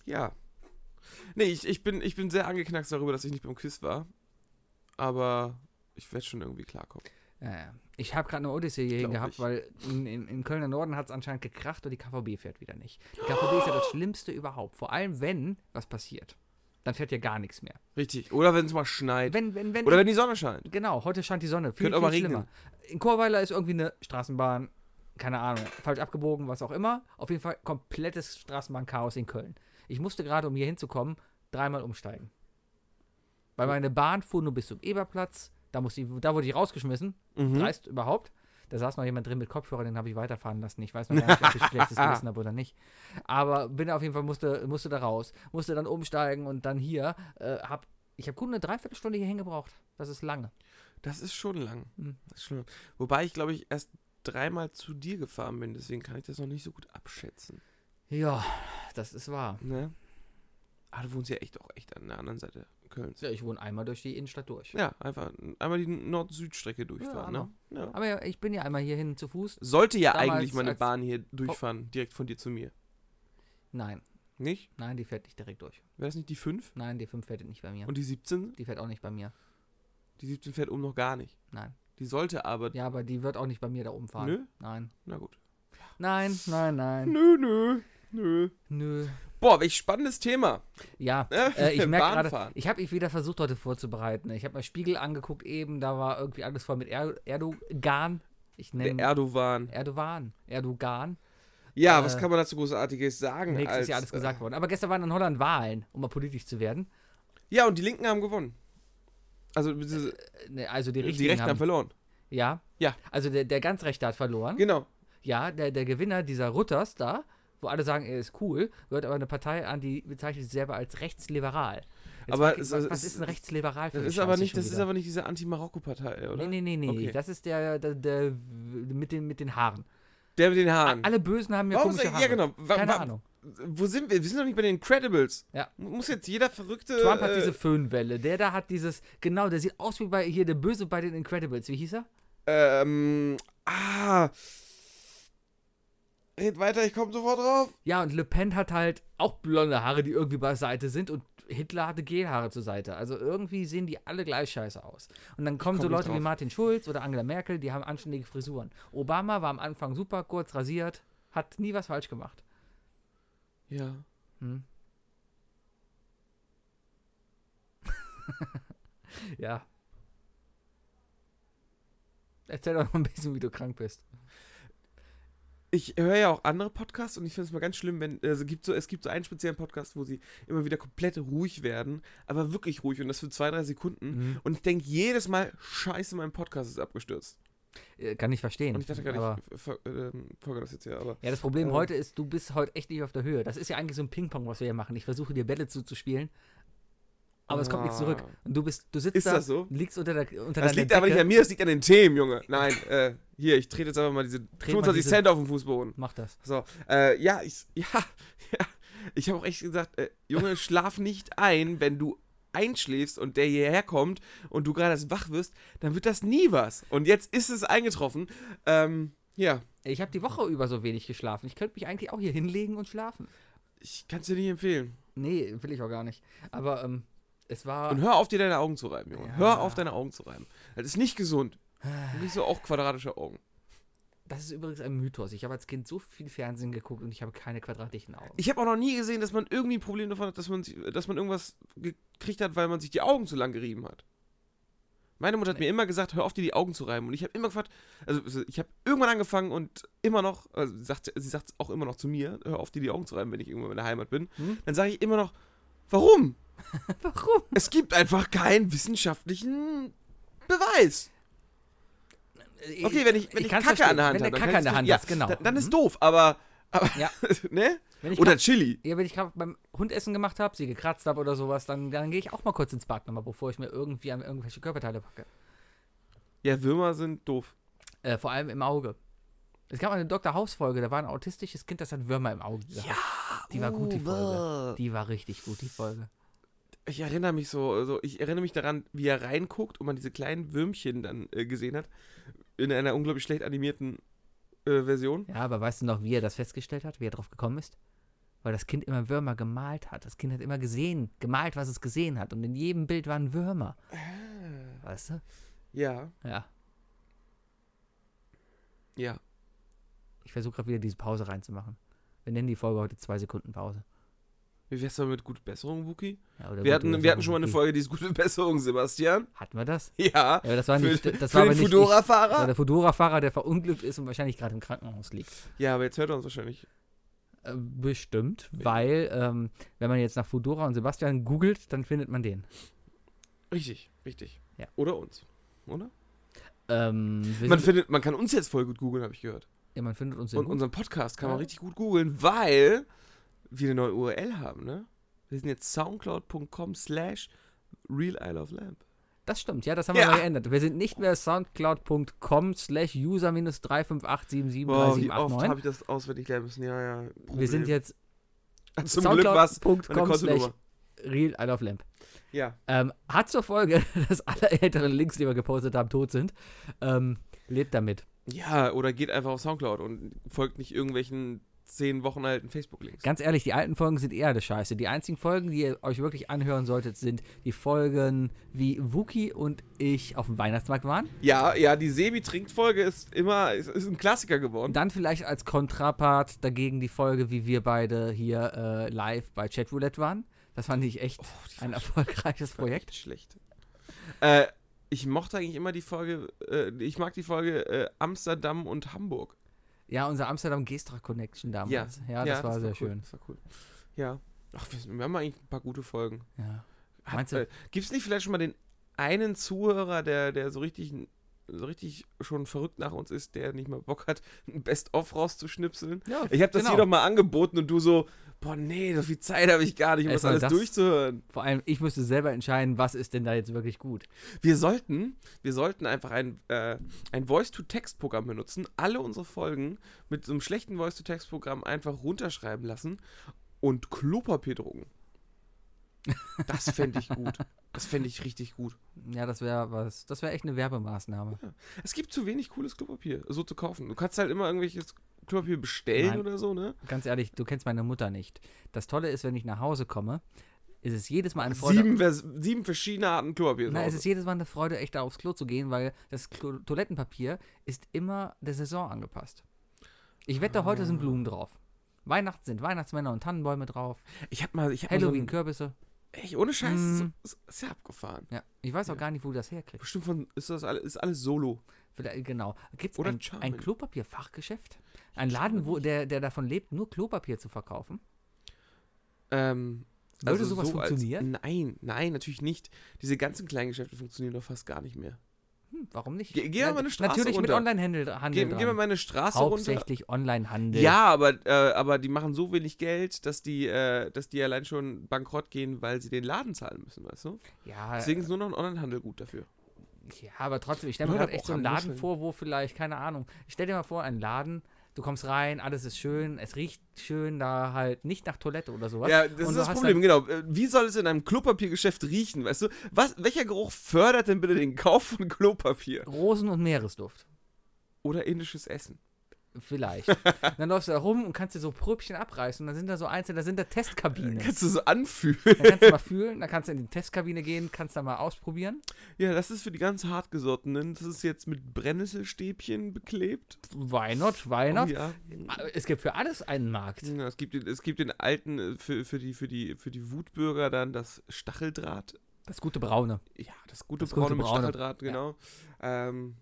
B: ja. Nee, ich, ich, bin, ich bin sehr angeknackst darüber, dass ich nicht beim Quiz war. Aber ich werde schon irgendwie klarkommen.
A: Ja, ja. Ich habe gerade eine Odyssee hier
B: Glaub
A: gehabt,
B: ich.
A: weil in, in, im Kölner Norden hat es anscheinend gekracht und die KVB fährt wieder nicht. Die KVB ist ja das Schlimmste überhaupt. Vor allem, wenn was passiert. Dann fährt ja gar nichts mehr.
B: Richtig. Oder wenn es mal schneit.
A: Wenn, wenn, wenn.
B: Oder wenn die Sonne scheint.
A: genau, heute scheint die Sonne. Viel, viel
B: Könnte auch mal
A: schlimmer.
B: regnen.
A: In Chorweiler ist irgendwie eine Straßenbahn, keine Ahnung, falsch abgebogen, was auch immer. Auf jeden Fall komplettes Straßenbahnchaos in Köln. Ich musste gerade, um hier hinzukommen, dreimal umsteigen. Weil meine Bahn fuhr nur bis zum Eberplatz. Da, musste ich, da wurde ich rausgeschmissen.
B: Mhm.
A: dreist überhaupt. Da saß noch jemand drin mit Kopfhörer, den habe ich weiterfahren lassen. Ich weiß noch gar nicht, ob ich schlechtes Gewissen habe oder nicht. Aber bin auf jeden Fall, musste, musste da raus, musste dann umsteigen und dann hier. Äh, hab, ich habe gut eine Dreiviertelstunde hierhin gebraucht. Das ist lange.
B: Das ist schon lang.
A: Mhm.
B: Das ist schon lang. Wobei ich, glaube ich, erst dreimal zu dir gefahren bin. Deswegen kann ich das noch nicht so gut abschätzen.
A: Ja, das ist wahr.
B: Ne? Ah, du wohnst ja echt auch echt an der anderen Seite Kölns.
A: Ja, ich wohne einmal durch die Innenstadt durch.
B: Ja, einfach einmal die Nord-Süd-Strecke durchfahren.
A: Ja,
B: ne? ja.
A: Aber ja, ich bin ja einmal hierhin zu Fuß.
B: Sollte ja
A: Damals
B: eigentlich mal eine
A: als- Oh.
B: Bahn hier durchfahren, direkt von dir zu mir.
A: Nein,
B: Nicht?
A: nein, die fährt nicht direkt durch.
B: Wäre das nicht die 5?
A: Nein, die 5 fährt nicht bei mir.
B: Und die 17?
A: Die fährt auch nicht bei mir.
B: Die 17 fährt oben noch gar nicht.
A: Nein.
B: Die sollte aber.
A: Ja, aber die wird auch nicht bei mir da oben fahren.
B: Nö?
A: Nein.
B: Na gut.
A: Nein, nein, nein.
B: Nö, nö, nö.
A: Nö.
B: Boah, welch spannendes Thema.
A: Ja,
B: Ne?
A: äh, ich merke gerade,
B: Bahnfahren.
A: ich habe mich wieder versucht, heute vorzubereiten. Ich habe mir Spiegel angeguckt eben, da war irgendwie alles voll mit er Erdogan. Ich
B: Der
A: nenne
B: Erdogan.
A: Erdogan. Erdogan.
B: Ja,
A: äh,
B: was kann man dazu Großartiges sagen?
A: Nix
B: als,
A: ist ja alles gesagt worden. Aber gestern waren in Holland Wahlen, um mal politisch zu werden.
B: Äh, ja, und die Linken haben gewonnen. Also, beziehungsweise,
A: Äh, ne, Also die Richtigen
B: die Rechten haben,
A: haben,
B: verloren.
A: Ja.
B: Ja.
A: Also der, der ganz Rechte hat verloren.
B: Genau.
A: Ja, der, der Gewinner dieser Rutters da, wo alle sagen, er ist cool, gehört aber eine Partei an, die bezeichnet sich selber als rechtsliberal. Jetzt
B: Aber
A: frag ich,
B: es-
A: was,
B: es-
A: was ist ein rechtsliberal für
B: Das
A: eine
B: ist aber
A: Scheiße
B: nicht,
A: schon
B: das ist
A: wieder?
B: aber nicht diese Anti-Marokko-Partei, oder?
A: Nee, nee, nee, nee.
B: Okay.
A: Das ist der, der, der mit, den, mit den Haaren.
B: Der mit den Haaren.
A: Alle Bösen haben ja
B: Warum
A: komische
B: sag-
A: Haare.
B: ja, genau. Wa-
A: Keine
B: wa-
A: Ahnung.
B: Wo sind wir? Wir sind noch nicht bei den Incredibles.
A: Ja.
B: Muss jetzt jeder verrückte.
A: Trump hat
B: äh,
A: diese Föhnwelle. Der da hat dieses, genau, der sieht aus wie bei hier der Böse bei den Incredibles. Wie hieß er?
B: Ähm. Ah. Red weiter, ich komme sofort drauf.
A: Ja, und Le Pen hat halt auch blonde Haare, die irgendwie beiseite sind und Hitler hatte Gelhaare zur Seite. Also irgendwie sehen die alle gleich scheiße aus. Und dann kommen
B: komm
A: so
B: nicht
A: Leute wie
B: drauf.
A: Martin Schulz oder Angela Merkel, die haben anständige Frisuren. Obama war am Anfang super kurz rasiert, hat nie was falsch gemacht.
B: Ja.
A: Hm. ja. Erzähl doch noch ein bisschen, wie du krank bist.
B: Ich höre ja auch andere Podcasts und ich finde es mal ganz schlimm, wenn. Also gibt so, es gibt so einen speziellen Podcast, wo sie immer wieder komplett ruhig werden, aber
A: Mhm.
B: Mhm. wirklich ruhig und das für zwei, drei Sekunden. Und ich denke jedes Mal, Scheiße, mein Podcast ist abgestürzt.
A: Äh, Kann ich verstehen.
B: Und ich dachte
A: aber-
B: gar nicht, ich ver- ähm, folge das jetzt hier, aber.
A: Ja, das Problem
B: Ähm.
A: heute ist, du bist heute echt nicht auf der Höhe. Das ist ja eigentlich so ein Ping-Pong, was wir hier machen. Ich versuche dir Bälle zuzuspielen, aber es kommt nichts zurück.
B: Ah.
A: Und du bist, du sitzt
B: Ist
A: da,
B: das so?
A: liegst unter der unter
B: Das
A: deiner
B: liegt aber
A: Decke.
B: nicht an mir, das liegt an den Themen, Junge. Nein, äh, hier, ich trete jetzt einfach mal diese
A: mal
B: 25
A: diese-
B: Cent auf den Fußboden.
A: Mach das.
B: So, äh, ja, ich, ja, ja. Ich habe auch echt gesagt, äh, Junge, schlaf nicht ein, wenn du einschläfst und der hierher kommt und du gerade erst wach wirst, dann wird das nie was. Und jetzt ist es eingetroffen. Ähm, ja,
A: Ich habe die Woche über so wenig geschlafen. Ich könnte mich eigentlich auch hier hinlegen und schlafen.
B: ich kann es dir nicht empfehlen.
A: Nee, will ich auch gar nicht. Aber ähm, es war.
B: Und hör auf, dir deine Augen zu reiben, Junge.
A: Ja.
B: Hör auf, deine Augen zu reiben. Das ist nicht gesund. Du kriegst so auch quadratische Augen.
A: Das ist übrigens ein Mythos. Ich habe als Kind so viel Fernsehen geguckt und ich habe keine quadratischen Augen.
B: Ich habe auch noch nie gesehen, dass man irgendwie ein Problem davon hat, dass man, sich- dass man irgendwas gekriegt hat, weil man sich die Augen zu lang gerieben hat. Meine Mutter hat mir immer gesagt, hör auf, dir die Augen zu reiben. Und ich habe immer gefragt, also ich habe irgendwann angefangen und immer noch, also sie sagt sie sagt auch immer noch zu mir, hör auf, dir die Augen zu reiben, wenn ich irgendwann in der Heimat bin.
A: Hm?
B: Dann sage ich immer noch, warum?
A: Warum?
B: Es gibt einfach keinen wissenschaftlichen Beweis. Okay, wenn ich, wenn ich,
A: kann's
B: Kacke
A: verstehen.
B: an der Hand
A: Wenn der
B: habe, dann
A: Kacke
B: kann
A: an der
B: ich's
A: Hand
B: ver-
A: hast, genau.
B: Dann, dann
A: Mhm.
B: ist doof, aber, aber
A: Ja.
B: ne?
A: Wenn ich
B: Oder Chili.
A: Ja, wenn ich gerade beim Hundessen gemacht habe, sie gekratzt habe oder sowas, dann, dann gehe ich auch mal kurz ins Bad nochmal, bevor ich mir irgendwie an irgendwelche Körperteile packe.
B: Ja, Würmer sind doof.
A: Äh, vor allem im Auge. Es gab mal eine Dr. House-Folge, da war ein autistisches Kind, das hat Würmer im Auge gehabt. Die war gut, die Folge.
B: Uwe.
A: Die war richtig gut, die Folge.
B: Ich erinnere mich so, also ich erinnere mich daran, wie er reinguckt und man diese kleinen Würmchen dann äh, gesehen hat. In einer unglaublich schlecht animierten äh, Version.
A: Ja, aber weißt du noch, wie er das festgestellt hat, wie er drauf gekommen ist? Weil das Kind immer Würmer gemalt hat. Das Kind hat immer gesehen, gemalt, was es gesehen hat. Und in jedem Bild waren Würmer. Weißt du?
B: Ja,
A: Ja.
B: ja.
A: Ich versuche gerade wieder diese Pause reinzumachen. Wir nennen die Folge heute zwei Sekunden Pause.
B: Wie wär's denn mit gute Besserung, Wookie?
A: Ja, oder gut,
B: Wir hatten,
A: oder
B: wir hatten schon mal eine
A: okay.
B: Folge, die ist gute Besserung, Sebastian.
A: Hatten wir das?
B: Ja.
A: Ja, aber das war
B: Für,
A: nicht. Das
B: für
A: war aber
B: den
A: nicht ich, das war
B: Fudora-Fahrer?
A: der Fudora-Fahrer, der verunglückt ist und wahrscheinlich gerade im Krankenhaus liegt.
B: Ja, aber jetzt hört er uns wahrscheinlich.
A: Äh, Bestimmt, weil ähm, wenn man jetzt nach Fudora und Sebastian googelt, dann findet man den.
B: Richtig, richtig.
A: Ja.
B: Oder uns. Oder?
A: Ähm, wir
B: Man,
A: sind,
B: findet, man kann uns jetzt voll gut googeln, habe ich gehört.
A: ja, man findet uns sehr
B: Und
A: gut.
B: unseren Podcast kann man
A: Ja.
B: richtig gut googeln, weil wir eine neue URL haben, ne? Wir sind jetzt soundcloud.com slash real Isle of Lamp.
A: Das stimmt, ja, das haben
B: Ja.
A: wir mal geändert. Wir sind nicht mehr soundcloud.com slash user 358773789.
B: wie oft habe ich das auswendig lernen müssen? Ja, ja.
A: wir sind jetzt
B: Zum Glück was. Meine
A: soundcloud.com slash
B: Kontonummer.
A: real Isle of Lamp.
B: Ja.
A: Ähm, hat zur Folge, dass alle älteren Links, die wir gepostet haben, tot sind. Ähm, lebt damit.
B: Ja, oder geht einfach auf Soundcloud und folgt nicht irgendwelchen zehn Wochen alten Facebook-Links.
A: Ganz ehrlich, die alten Folgen sind eher das Scheiße. Die einzigen Folgen, die ihr euch wirklich anhören solltet, sind die Folgen, wie Wookie und ich auf dem Weihnachtsmarkt waren.
B: Ja, ja, die Sebi-Trinkt-Folge ist immer, ist, ist ein Klassiker geworden.
A: Und dann vielleicht als Kontrapart dagegen die Folge, wie wir beide hier äh, live bei Chatroulette waren. Das fand ich echt
B: Oh, die
A: ein erfolgreiches Projekt.
B: Echt schlecht. Äh, ich mochte eigentlich immer die Folge, äh, ich mag die Folge äh, Amsterdam und Hamburg.
A: Ja, unser Amsterdam Gestra Connection damals. Ja, das war sehr
B: cool,
A: schön.
B: Das war cool. Ja. Ach, wir, wir haben eigentlich ein paar gute Folgen.
A: Ja.
B: Hat-
A: Meinst du?
B: Äh, Gibt es nicht vielleicht schon mal den einen Zuhörer, der, der so richtig so richtig schon verrückt nach uns ist, der nicht mal Bock hat, ein Best-of rauszuschnipseln?
A: ja
B: Ich habe das
A: genau.
B: hier doch mal angeboten und du so, boah nee, so viel Zeit habe ich gar nicht, um das
A: Erstmal
B: alles
A: das-
B: durchzuhören.
A: Vor allem, ich müsste selber entscheiden, was ist denn da jetzt wirklich gut.
B: Wir sollten, wir sollten einfach ein, äh, ein Voice-to-Text-Programm benutzen, alle unsere Folgen mit so einem schlechten Voice-to-Text-Programm einfach runterschreiben lassen und Klopapier drucken. Das fände ich gut. Das fände ich richtig gut.
A: Ja, das wäre was. Das wäre echt eine Werbemaßnahme.
B: Es gibt zu wenig cooles Klopapier, so zu kaufen. Du kannst halt immer irgendwelches Klopapier bestellen
A: Nein.
B: oder so, ne?
A: Ganz ehrlich, du kennst meine Mutter nicht. Das Tolle ist, wenn ich nach Hause komme, ist es jedes Mal eine Freude.
B: Sieben, Vers sieben verschiedene Arten Klopapier.
A: Na,
B: zu
A: es
B: Hause.
A: ist jedes Mal eine Freude, echt da aufs Klo zu gehen, weil das Klo Toilettenpapier ist immer der Saison angepasst. Ich wette, heute
B: Ah.
A: sind Blumen drauf. Weihnachten sind Weihnachtsmänner und Tannenbäume drauf.
B: ich hab mal, ich hab mal so
A: Halloween,
B: ein,
A: Kürbisse.
B: Echt, ohne Scheiß,
A: Mm.
B: ist, ist, ist ja abgefahren.
A: Ja, ich weiß auch
B: Ja.
A: gar nicht, wo du das herkriegst.
B: Bestimmt von, ist das alles, ist alles Solo.
A: Vielleicht, genau. Gibt es
B: Oder
A: ein, ein
B: Charmin.
A: Klopapier-Fachgeschäft? Ein Laden, wo der, der davon lebt, nur Klopapier zu verkaufen?
B: Ähm,
A: Würde sowas
B: als-
A: funktionieren?
B: nein, nein, natürlich nicht. Diese ganzen kleinen Geschäfte funktionieren doch fast gar nicht mehr.
A: Hm, warum nicht?
B: Ge- geh mal
A: Na-
B: eine Straße
A: Natürlich mit
B: runter.
A: Online-Handel
B: Geh,
A: Handel
B: geh
A: dran.
B: mal meine Straße runter.
A: Hauptsächlich Online-Handel.
B: Ja, aber, äh, aber die machen so wenig Geld, dass die, äh, dass die allein schon bankrott gehen, weil sie den Laden zahlen müssen, weißt du?
A: ja,
B: Deswegen ist nur noch ein Onlinehandel gut dafür.
A: Ja, aber trotzdem, ich stelle mir
B: Nur der
A: gerade echt so einen
B: Programm
A: Laden
B: Muscheln.
A: vor, wo vielleicht, keine Ahnung, ich stell dir mal vor, einen Laden, du kommst rein, alles ist schön, es riecht schön, da halt nicht nach Toilette oder sowas.
B: Ja, das
A: Und
B: ist
A: du
B: das
A: hast
B: Problem, genau. Äh, Wie soll es in einem Klopapiergeschäft riechen, weißt du? Was, welcher Geruch fördert denn bitte den Kauf von Klopapier?
A: Dann Rosen und Meeresduft.
B: Oder indisches Essen?
A: Vielleicht. dann läufst du da rum und kannst dir so Pröbchen abreißen und dann sind da so einzelne, da sind da Testkabinen.
B: Kannst du so anfühlen?
A: dann kannst du mal fühlen, dann kannst du in die Testkabine gehen, kannst da mal ausprobieren.
B: Ja, das ist für die ganz hartgesottenen. Das ist jetzt mit Brennnesselstäbchen beklebt.
A: Why not, why
B: Oh,
A: not?
B: ja.
A: Es gibt für alles einen Markt.
B: Ja, es, gibt den, es gibt den alten, äh, für, für, die, für, die, für die Wutbürger dann das Stacheldraht.
A: Das gute Braune.
B: Ja, das gute
A: Das gute
B: Braune mit
A: Braune.
B: Stacheldraht, genau. Ähm,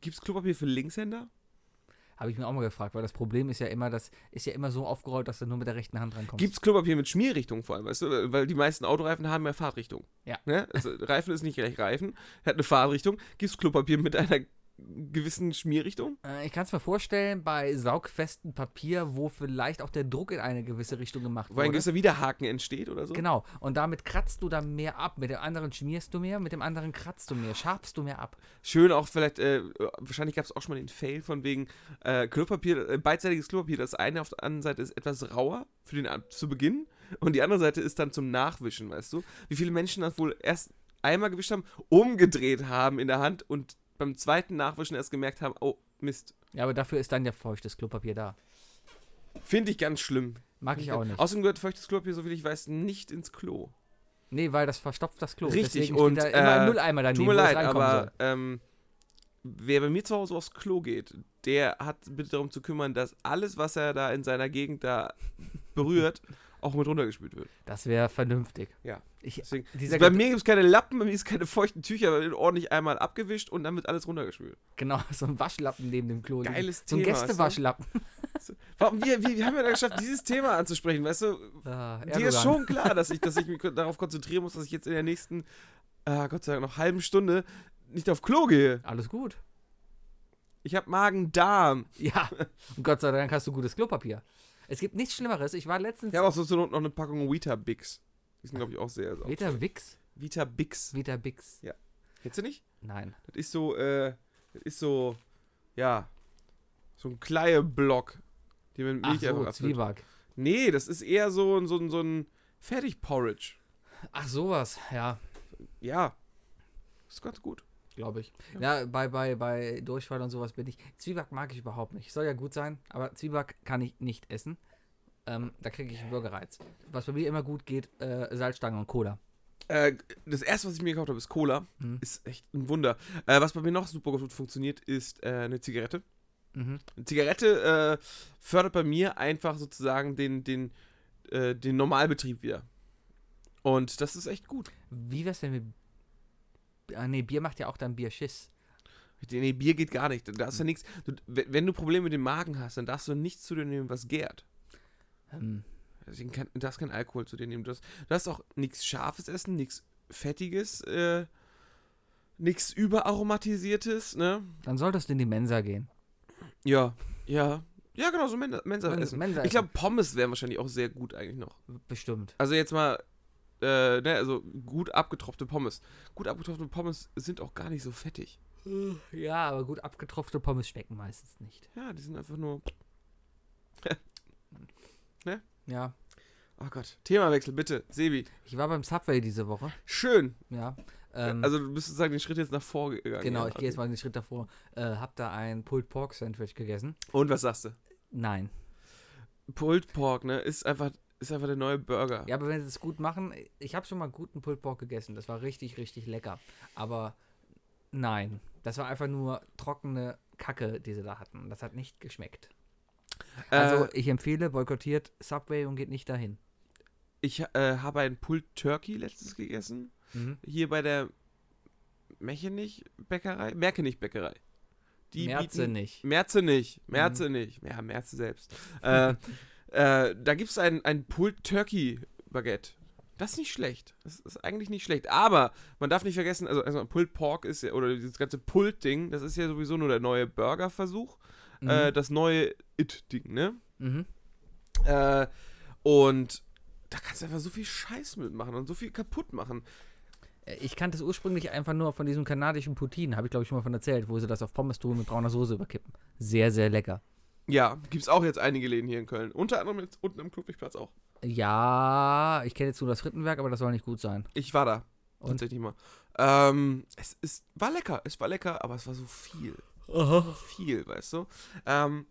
B: Gibt es Klopapier für Linkshänder?
A: Habe ich mir auch mal gefragt, weil das Problem ist ja immer, das ist ja immer so aufgerollt, dass du nur mit der rechten Hand rankommst.
B: Gibt es Klopapier mit Schmierrichtung vor allem, weißt du? Weil die meisten Autoreifen haben ja Fahrtrichtung.
A: Ja.
B: Ne? Also, Reifen ist nicht gleich Reifen, hat eine Fahrtrichtung. Gibt es Klopapier mit einer gewissen Schmierrichtung?
A: Äh, Ich kann es mir vorstellen, bei saugfestem Papier, wo vielleicht auch der Druck in eine gewisse Richtung gemacht
B: Wo ein
A: wurde.
B: gewisser Widerhaken entsteht oder so?
A: Genau, und damit kratzt du dann mehr ab. Mit dem anderen schmierst du mehr, mit dem anderen kratzt du mehr, schabst du mehr ab.
B: Schön auch vielleicht, äh, wahrscheinlich gab es auch schon mal den Fail von wegen äh, Klopapier, äh, beidseitiges Klopapier. Das eine auf der anderen Seite ist etwas rauer für den Ab- zu Beginn und die andere Seite ist dann zum Nachwischen, weißt du? Wie viele Menschen das wohl erst einmal gewischt haben, umgedreht haben in der Hand und beim zweiten Nachwischen erst gemerkt haben, oh Mist,
A: Ja, aber dafür ist dann ja feuchtes Klopapier da.
B: finde ich ganz schlimm.
A: Mag ich auch nicht.
B: Außerdem gehört feuchtes Klopapier, soviel ich weiß, nicht ins Klo.
A: Nee, weil das verstopft das Klo.
B: Richtig,
A: Deswegen steht
B: und,
A: da immer ein
B: äh,
A: Mülleimer daneben,
B: Tut mir
A: wo es
B: leid,
A: reinkommen
B: aber
A: soll.
B: ähm, wer bei mir zu Hause aufs Klo geht, der hat bitte darum zu kümmern, dass alles, was er da in seiner Gegend da berührt, auch mit runtergespült wird.
A: Das wäre vernünftig.
B: Ja.
A: Ich,
B: Deswegen,
A: dieser
B: bei
A: Ged-
B: mir gibt es keine Lappen, bei mir ist keine feuchten Tücher, weil wird ordentlich einmal abgewischt und dann wird alles runtergespült.
A: genau, so ein Waschlappen neben dem Klo. liegen.
B: Geiles
A: So ein
B: Thema, weißt du?
A: Gästewaschlappen.
B: Warum, wie, wie, wie haben wir da geschafft, dieses Thema anzusprechen? Weißt du,
A: Ah,
B: dir ist
A: Erdogan.
B: schon klar, dass ich, dass ich mich darauf konzentrieren muss, dass ich jetzt in der nächsten, äh, Gott sei Dank, noch halben Stunde nicht auf Klo gehe.
A: Alles gut.
B: Ich habe Magen-Darm.
A: Ja, und Gott sei Dank hast du gutes Klopapier. Es gibt nichts Schlimmeres. Ich war letztens.
B: Ich habe auch so zur Not noch eine Packung Vita Bix. Die sind, glaube ich, auch sehr. sau-
A: Vita Wix?
B: Vita Bix.
A: Vita Bix.
B: Kennst du nicht?
A: Nein.
B: Das ist so, äh, das ist so, ja, so ein Kleie-Block, den man mit
A: Ach
B: Milch
A: so,
B: einfach abfüllt.
A: Zwieback.
B: Nee, das ist eher so, ein- so, ein- so ein Fertig-Porridge.
A: Ach, sowas. Ja,
B: Ja. Ist ganz gut.
A: glaube ich. Ja, bei, bei, bei Durchfall und sowas bin ich. Zwieback mag ich überhaupt nicht. Soll ja gut sein, aber Zwieback kann ich nicht essen. Ähm, da kriege ich einen Bürgerreiz. Was bei mir immer gut geht, äh, Salzstangen und Cola.
B: Äh, das erste, was ich mir gekauft habe, ist Cola.
A: Mhm.
B: Ist echt ein Wunder. Äh, was bei mir noch super gut funktioniert, ist äh, eine Zigarette.
A: Mhm.
B: Eine Zigarette äh, fördert bei mir einfach sozusagen den, den, äh, den Normalbetrieb wieder. Und das ist echt gut.
A: Wie wär's denn mit. Ah, nee, Bier macht ja auch dann Bierschiss.
B: Nee, Bier geht gar nicht. Da ist ja nichts. Du, we- wenn du Probleme mit dem Magen hast, dann darfst du nichts zu dir nehmen, was gärt.
A: Hm.
B: Deswegen kann, du darfst keinen Alkohol zu dir nehmen. Du darfst, du darfst auch nichts Scharfes essen, nichts Fettiges, äh, nichts Überaromatisiertes, ne?
A: Dann solltest du in die Mensa gehen.
B: Ja, ja. Ja, genau, so Mensa, Mensa
A: Men-
B: essen.
A: Mensa
B: Ich glaube, Pommes wären wahrscheinlich auch sehr gut eigentlich noch.
A: Bestimmt.
B: Also jetzt mal, äh, ne, also gut abgetropfte Pommes. Gut abgetropfte Pommes sind auch gar nicht so fettig.
A: Ja, aber gut abgetropfte Pommes schmecken meistens nicht.
B: Ja, die sind einfach nur.
A: Ja.
B: Oh Gott. Themawechsel, bitte. Sebi.
A: Ich war beim Subway diese Woche.
B: Schön.
A: Ja. Ähm,
B: also du bist sozusagen den Schritt jetzt nach vor gegangen.
A: genau,
B: ja.
A: ich gehe jetzt mal den Schritt davor. Äh, hab da ein Pulled Pork Sandwich gegessen.
B: Und was sagst du?
A: Nein.
B: Pulled Pork, ne? Ist einfach, ist einfach der neue Burger.
A: Ja, aber wenn sie es gut machen, ich habe schon mal guten Pulled Pork gegessen. Das war richtig, richtig lecker. Aber nein. Das war einfach nur trockene Kacke, die sie da hatten. Das hat nicht geschmeckt.
B: Äh,
A: Also ich empfehle, boykottiert Subway und geht nicht dahin.
B: ich äh, habe ein Pulled Turkey letztens gegessen.
A: Mhm.
B: Hier bei der Mechenich-Bäckerei? Merkenich-Bäckerei.
A: Merze
B: bieten-
A: nicht.
B: Merze nicht. Merze nicht. Ja, Merze selbst. äh, äh, da gibt es ein, ein Pulled Turkey Baguette. Das ist nicht schlecht. Das ist eigentlich nicht schlecht. Aber man darf nicht vergessen, also, also Pulled Pork ist ja, oder dieses ganze Pulled-Ding, das ist ja sowieso nur der neue Burger-Versuch.
A: Mhm.
B: Äh, das neue It-Ding, ne?
A: mhm.
B: Äh, und da kannst du einfach so viel Scheiß mitmachen und so viel kaputt machen.
A: Äh, Ich kannte es ursprünglich einfach nur von diesem kanadischen Poutine, habe ich glaube ich schon mal von erzählt, wo sie das auf Pommes tun mit brauner Soße überkippen. Sehr, sehr lecker.
B: Ja, gibt's auch jetzt einige Läden hier in Köln. Unter anderem jetzt unten am Klubwigplatz auch.
A: Ja, ich kenne jetzt nur das Frittenwerk, aber das soll nicht gut sein.
B: Ich war da.
A: Und?
B: Tatsächlich mal. Ähm, es ist, war lecker, es war lecker, aber es war so viel. Viel, weißt du? Ähm,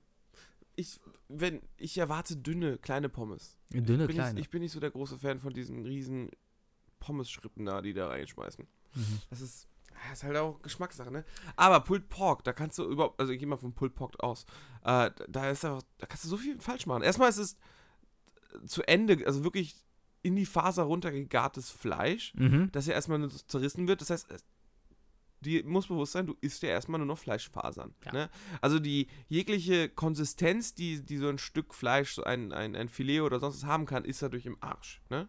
B: ich, wenn, ich erwarte dünne, kleine Pommes.
A: Dünne,
B: Bin
A: kleine.
B: Ich, ich bin nicht so der große Fan von diesen riesen Pommes-Schrippen da, die da reinschmeißen.
A: mhm.
B: Das ist, ja, ist halt auch Geschmackssache, ne? Aber Pulled Pork, da kannst du überhaupt, also ich gehe mal von Pulled Pork aus. Äh, da ist einfach, da kannst du so viel falsch machen. Erstmal ist es zu Ende, also wirklich in die Faser runtergegartes Fleisch,
A: Mhm.
B: das ja erstmal nur zerrissen wird. Das heißt, es- dir muss bewusst sein, du isst ja erstmal nur noch Fleischfasern.
A: Ja.
B: Ne? Also die jegliche Konsistenz, die, die so ein Stück Fleisch, so ein, ein, ein Filet oder sonst was haben kann, ist dadurch im Arsch. Ne?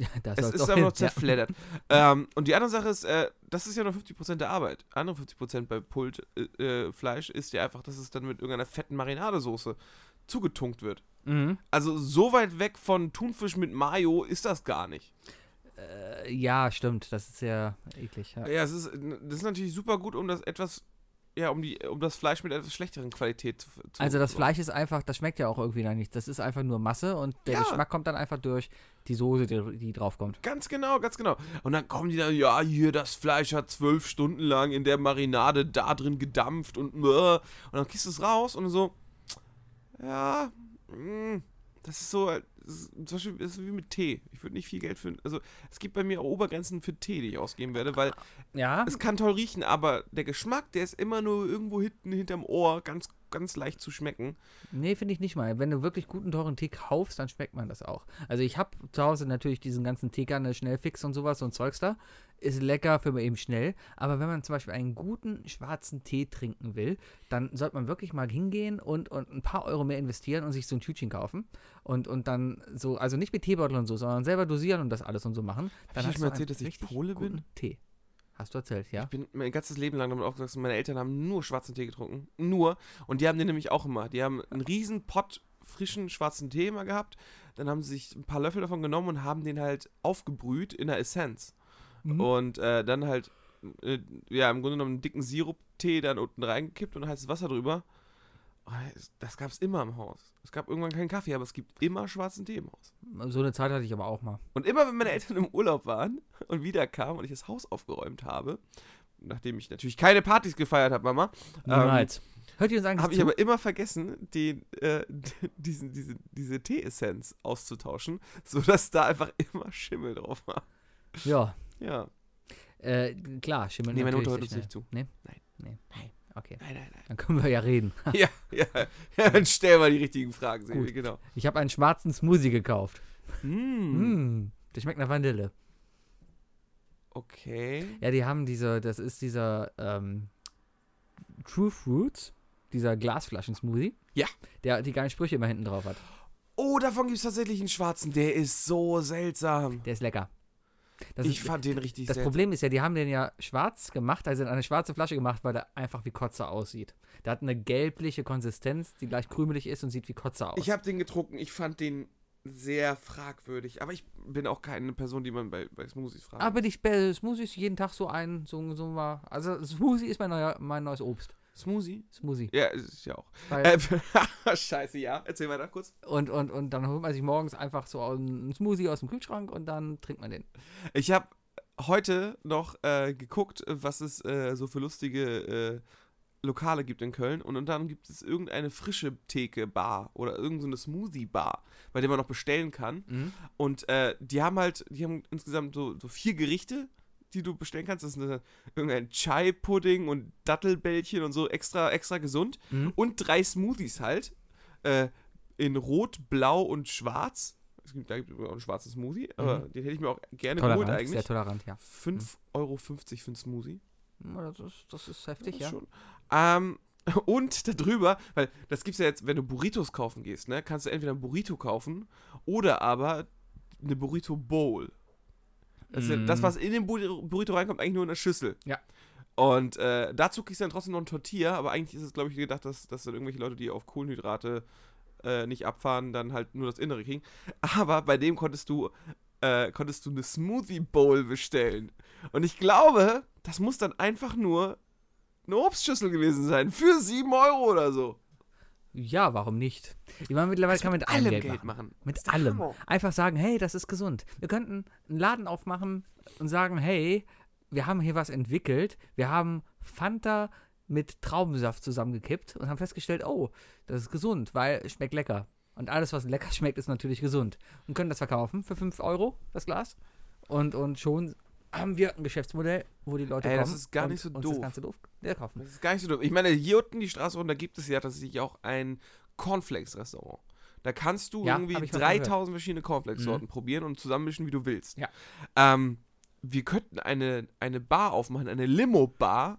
A: Ja, da
B: Es
A: soll's
B: ist
A: doch
B: aber
A: hin.
B: noch zerfleddert. ähm, und die andere Sache ist, äh, das ist ja nur 50% der Arbeit. Andere 50% bei Pult äh, äh, Fleisch ist ja einfach, dass es dann mit irgendeiner fetten Marinadesoße zugetunkt wird.
A: Ja. Mhm.
B: Also so weit weg von Thunfisch mit Mayo ist das gar nicht.
A: Äh, ja, stimmt, das ist sehr eklig. Ja.
B: Ja, es ist, das ist natürlich super gut, um das etwas, ja, um die, um das Fleisch mit etwas schlechteren Qualität zu, zu
A: Also das Fleisch ist einfach, das schmeckt ja auch irgendwie dann nicht. Das ist einfach nur Masse und der
B: Ja.
A: Geschmack kommt dann einfach durch die Soße, die, die drauf kommt.
B: Ganz genau, ganz genau. Und dann kommen die da, ja, hier, das Fleisch hat zwölf Stunden lang in der Marinade da drin gedampft und äh, und dann kriegst du es raus und so, ja, mm, das ist so, äh, das ist, zum Beispiel das ist wie mit Tee. Ich würde nicht viel Geld für, also es gibt bei mir auch Obergrenzen für Tee, die ich ausgeben werde, weil
A: Ja,
B: es kann toll riechen, aber der Geschmack, der ist immer nur irgendwo hinten hinterm Ohr ganz, ganz leicht zu schmecken.
A: nee, finde ich nicht mal. Wenn du wirklich guten, teuren Tee kaufst, dann schmeckt man das auch. Also ich habe zu Hause natürlich diesen ganzen Teekanne, Schnellfix und sowas und Zeugs da. Ist lecker für mal eben schnell. Aber wenn man zum Beispiel einen guten schwarzen Tee trinken will, dann sollte man wirklich mal hingehen und, und ein paar Euro mehr investieren und sich so ein Tütchen kaufen. Und, und dann so, also nicht mit Teebeutel und so, sondern selber dosieren und das alles und so machen. Dann
B: ich
A: hast
B: schon
A: du
B: mal
A: einen
B: erzählt, dass ich
A: richtig
B: Pole bin?
A: guten Tee. Hast du erzählt, ja?
B: Ich bin mein ganzes Leben lang damit aufgewachsen. Meine Eltern haben nur schwarzen Tee getrunken. Nur. Und die haben den nämlich auch immer. Die haben einen riesen Pott frischen schwarzen Tee immer gehabt. Dann haben sie sich ein paar Löffel davon genommen und haben den halt aufgebrüht in der Essenz.
A: Mhm.
B: Und äh, dann halt, äh, ja, im Grunde genommen einen dicken Sirup-Tee dann unten reingekippt und heißes Wasser drüber. Oh, Das gab es immer im Haus. Es gab irgendwann keinen Kaffee, aber es gibt immer schwarzen Tee im Haus.
A: So eine Zeit hatte ich aber auch mal.
B: Und immer, wenn meine Eltern im Urlaub waren und wiederkamen und ich das Haus aufgeräumt habe, nachdem ich natürlich keine Partys gefeiert habe, Mama, ähm,
A: Niemals. Hört ihr uns eigentlich
B: habe ich
A: zu?
B: aber immer vergessen, den, äh, diesen, diese, diese Tee-Essenz auszutauschen, sodass da einfach immer Schimmel drauf war.
A: Ja,
B: Ja.
A: äh, klar, Schimmel
B: Nee, meine Mutter hört
A: natürlich
B: uns
A: sehr
B: nicht zu.
A: Nee?
B: Nein.
A: Nee. Nein. Okay,
B: Nein, nein, nein.
A: dann können wir ja reden.
B: Ja, ja. ja dann stell mal die richtigen Fragen, Sebi,
A: Gut.
B: genau.
A: Ich habe einen schwarzen Smoothie gekauft.
B: Hm,
A: Mm, der schmeckt nach Vanille.
B: okay.
A: Ja, die haben diese, das ist dieser ähm, True Fruits, dieser Glasflaschen-Smoothie.
B: Ja.
A: Der die geilen Sprüche immer hinten drauf hat.
B: Oh, davon gibt es tatsächlich einen schwarzen. Der ist so seltsam.
A: Der ist lecker. Das
B: Ich
A: ist,
B: fand den richtig
A: das
B: seltsam.
A: Problem ist ja, die haben den ja schwarz gemacht, also in eine schwarze Flasche gemacht, weil der einfach wie Kotze aussieht. Der hat eine gelbliche Konsistenz, die leicht krümelig ist und sieht wie Kotze aus.
B: Ich habe den getrunken, ich fand den sehr fragwürdig. Aber ich bin auch keine Person, die man bei, bei Smoothies fragt.
A: Aber ich bei Smoothies jeden Tag so ein, so, so mal. Also Smoothie ist mein, neuer, mein neues Obst.
B: Smoothie?
A: Smoothie.
B: Ja, ist es ja auch.
A: Weil,
B: Äh, Scheiße, ja. Erzähl weiter kurz.
A: und, und, und dann holt man sich morgens einfach so einen Smoothie aus dem Kühlschrank und dann trinkt man den.
B: Ich habe heute noch äh, geguckt, was es äh, so für lustige äh, Lokale gibt in Köln. Und, und dann gibt es irgendeine frische Theke-Bar oder irgendeine Smoothie-Bar, bei der man noch bestellen kann. Und äh, die haben halt, die haben insgesamt so, so vier Gerichte, die du bestellen kannst. Das ist eine, irgendein Chai-Pudding und Dattelbällchen und so extra, extra gesund.
A: Mhm.
B: Und drei Smoothies halt. Äh, in Rot, Blau und Schwarz. Es gibt, da gibt es auch einen schwarzen Smoothie, aber
A: Mhm.
B: den hätte ich mir auch gerne
A: Tolerant,
B: geholt
A: sehr Mhm.
B: eigentlich.
A: tolerant, ja.
B: 5,50 Euro für einen Smoothie.
A: Ja, Hm, Das ist, das ist
B: Das
A: heftig,
B: ist
A: ja.
B: Schon. Ähm, und darüber, weil das gibt's ja jetzt, wenn du Burritos kaufen gehst, ne, kannst du entweder ein Burrito kaufen oder aber eine Burrito Bowl. Das, ist ja Also das,
A: Mm.
B: was in den Bur- Burrito reinkommt, eigentlich nur in der Schüssel.
A: Ja.
B: Und äh, dazu kriegst du dann trotzdem noch ein Tortilla, aber eigentlich ist es, glaube ich, gedacht, dass, dass dann irgendwelche Leute, die auf Kohlenhydrate äh, nicht abfahren, dann halt nur das Innere kriegen. Aber bei dem konntest du, äh, konntest du eine Smoothie Bowl bestellen. Und ich glaube, das muss dann einfach nur eine Obstschüssel gewesen sein. Für 7 Euro oder so.
A: Ja, warum nicht? Ich meine, mittlerweile kann man mit allem Geld machen. Mit allem.
B: Hammer.
A: Einfach sagen, hey, das ist gesund. Wir könnten einen Laden aufmachen und sagen, hey, wir haben hier was entwickelt. Wir haben Fanta mit Traubensaft zusammengekippt und haben festgestellt, oh, das ist gesund, weil es schmeckt lecker. Und alles, was lecker schmeckt, ist natürlich gesund. Und können das verkaufen für 5 Euro, das Glas. Und, und schon haben wir ein Geschäftsmodell, wo die Leute
B: Ey,
A: kommen
B: das ist gar
A: und
B: nicht so
A: uns
B: doof.
A: das Ganze doof ja, kaufen.
B: Das ist gar nicht so dumm. Ich meine, hier unten die Straße runter gibt es ja tatsächlich auch ein Cornflakes-Restaurant. Da kannst du
A: Ja,
B: irgendwie
A: hab ich was von Mhm.
B: 3000 verschiedene Cornflakes-Sorten probieren und zusammenmischen, wie du willst.
A: Ja.
B: Ähm, wir könnten eine, eine Bar aufmachen, eine Limo-Bar,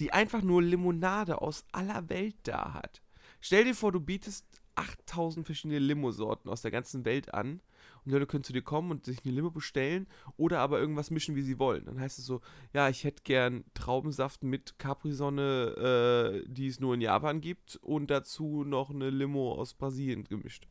B: die einfach nur Limonade aus aller Welt da hat. Stell dir vor, du bietest 8000 verschiedene Limo-Sorten aus der ganzen Welt an und die Leute können zu dir kommen und sich eine Limo bestellen oder aber irgendwas mischen, wie sie wollen. Dann heißt es so, ja, ich hätte gern Traubensaft mit Capri-Sonne, äh, die es nur in Japan gibt und dazu noch eine Limo aus Brasilien gemischt.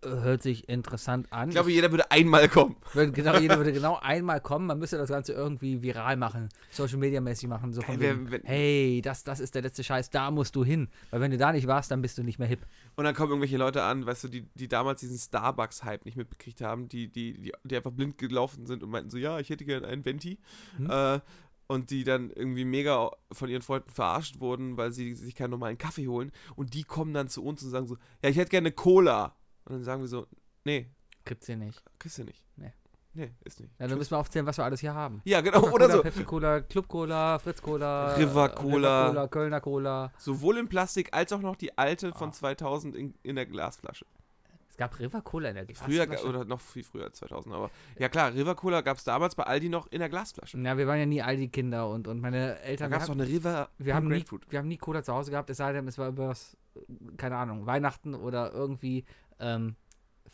A: Hört sich interessant an.
B: Ich glaube, jeder würde einmal kommen.
A: Würde genau, jeder würde genau einmal kommen, man müsste das Ganze irgendwie viral machen, Social Media mäßig machen, so von
B: Ey, wer-
A: wegen,
B: wenn-
A: hey, das, das ist der letzte Scheiß, da musst du hin, weil wenn du da nicht warst, dann bist du nicht mehr hip.
B: Und dann kommen irgendwelche Leute an, weißt du, die, die damals diesen Starbucks-Hype nicht mitbekriegt haben, die, die, die, die einfach blind gelaufen sind und meinten so, ja, ich hätte gern einen Venti.
A: Hm.
B: Äh, und die dann irgendwie mega von ihren Freunden verarscht wurden, weil sie sich keinen normalen Kaffee holen. Und die kommen dann zu uns und sagen so, ja, ich hätte gerne eine Cola. Und dann sagen wir so, nee,
A: Gibt's hier nicht.
B: kriegst du nicht.
A: Nee.
B: Nee, ist nicht.
A: Ja, dann müssen wir aufzählen, was wir alles hier haben.
B: Ja, genau, oder
A: Cola,
B: so.
A: Pepsi Cola, Club Cola, Fritz Cola, äh,
B: River Cola.
A: Cola, Kölner Cola.
B: Sowohl in Plastik als auch noch die alte von
A: Ah.
B: 2000 in, in der Glasflasche.
A: Es gab River Cola in der
B: Früher, ga-
A: Glasflasche.
B: oder noch viel früher als 2000, aber ja klar, River Cola gab es damals bei Aldi noch in der Glasflasche.
A: Ja, wir waren ja nie Aldi-Kinder und, und meine
B: Da
A: Eltern,
B: gab
A: wir,
B: es noch
A: haben,
B: eine River
A: wir, haben nie,
B: Grapefruit.
A: wir haben nie Cola zu Hause gehabt, es sei denn, es war übers, keine Ahnung, Weihnachten oder irgendwie, ähm,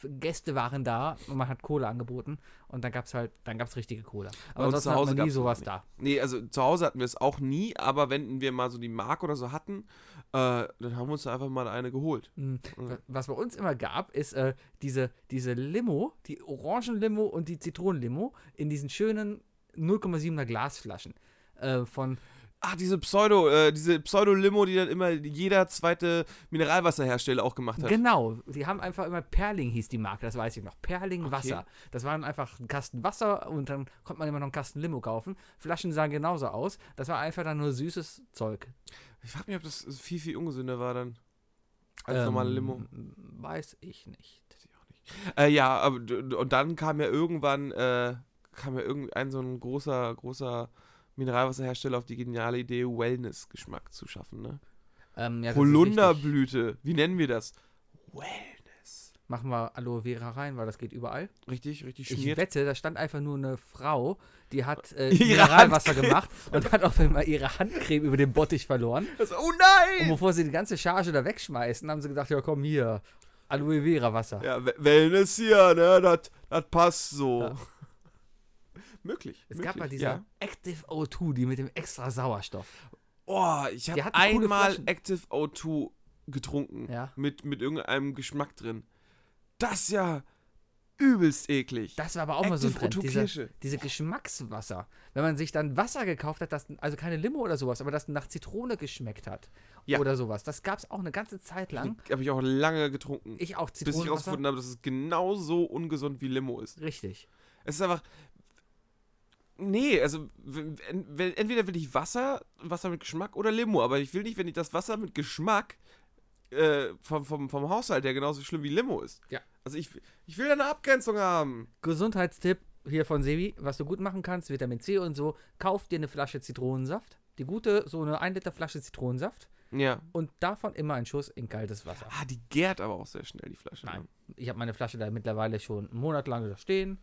A: Gäste waren da und man hat Cola angeboten und dann gab es halt, dann gab es richtige Cola. Aber
B: uns
A: ansonsten
B: zu
A: hat
B: Hause
A: man nie
B: gab's das
A: sowas
B: nicht.
A: da.
B: Nee, also zu Hause hatten wir es auch nie, aber wenn wir mal so die Mark oder so hatten, äh, dann haben wir uns da einfach mal eine geholt.
A: Mhm. Wa- Was bei uns immer gab, ist äh, diese, diese Limo, die Orangenlimo und die Zitronenlimo in diesen schönen 0,7er Glasflaschen. Äh, von,
B: Ah, diese Pseudo, äh, diese Pseudo-Limo, die dann immer jeder zweite Mineralwasserhersteller auch gemacht hat.
A: genau, die haben einfach immer Perling hieß die Marke, das weiß ich noch. Perling Wasser. Das waren einfach ein Kasten Wasser und dann konnte man immer noch einen Kasten Limo kaufen. Flaschen sahen genauso aus. Das war einfach dann nur süßes Zeug.
B: Ich frag mich, ob das viel, viel ungesünder war dann. Als
A: Ähm,
B: normale Limo.
A: Weiß ich nicht.
B: Äh, ja, aber, d- d- und dann kam ja irgendwann, äh, kam ja irgendein so ein großer, großer Mineralwasserhersteller auf die geniale Idee, Wellness-Geschmack zu schaffen, ne?
A: Ähm, ja, das ist richtig.
B: Holunderblüte, wie nennen wir das? Wellness.
A: Machen wir Aloe Vera rein, weil das geht überall.
B: Richtig, richtig
A: Ich
B: schmiert.
A: wette, da stand einfach nur eine Frau, die hat äh,
B: Ihre
A: Mineralwasser
B: Handcreme.
A: gemacht und hat auf einmal ihre Handcreme über den Bottich verloren.
B: Das- oh
A: Und
B: nein!
A: bevor sie die ganze Charge da wegschmeißen, haben sie gedacht, ja komm hier, Aloe Vera Wasser.
B: Ja, We- Wellness hier, ne? Das das passt so.
A: Ja.
B: möglich.
A: Es
B: möglich,
A: gab mal diese
B: Ja.
A: Active O2, die mit dem extra Sauerstoff.
B: Oh, ich
A: Die
B: habe
A: hatten coole
B: einmal
A: Flaschen.
B: Active O2 getrunken.
A: Ja.
B: Mit, mit irgendeinem Geschmack drin. Das ist ja übelst eklig.
A: Das war aber auch mal so ein
B: Active
A: Trend,
B: O2
A: diese,
B: Kirsche.
A: diese Geschmackswasser. Wenn man sich dann Wasser gekauft hat, das, also keine Limo oder sowas, aber das nach Zitrone geschmeckt hat.
B: Ja.
A: Oder sowas. Das gab es auch eine ganze Zeit lang.
B: Habe ich auch lange getrunken.
A: Ich auch
B: bis ich
A: Zitronenwasser.
B: rausgefunden habe, dass es genauso ungesund wie Limo ist.
A: Richtig.
B: Es ist einfach. Nee, also wenn, wenn, entweder will ich Wasser, Wasser mit Geschmack oder Limo, aber ich will nicht, wenn ich das Wasser mit Geschmack äh, vom, vom, vom Haushalt her genauso schlimm wie Limo ist.
A: Ja.
B: Also ich, ich will da eine Abgrenzung haben.
A: Gesundheitstipp hier von Sebi, was du gut machen kannst, Vitamin C und so, kauf dir eine Flasche Zitronensaft, die gute, so eine 1 Liter Flasche Zitronensaft
B: Ja.
A: und davon immer einen Schuss in kaltes Wasser.
B: Ah, die gärt aber auch sehr schnell, die Flasche.
A: Nein.
B: ne?
A: Ich habe meine Flasche da mittlerweile schon einen Monat lang da stehen.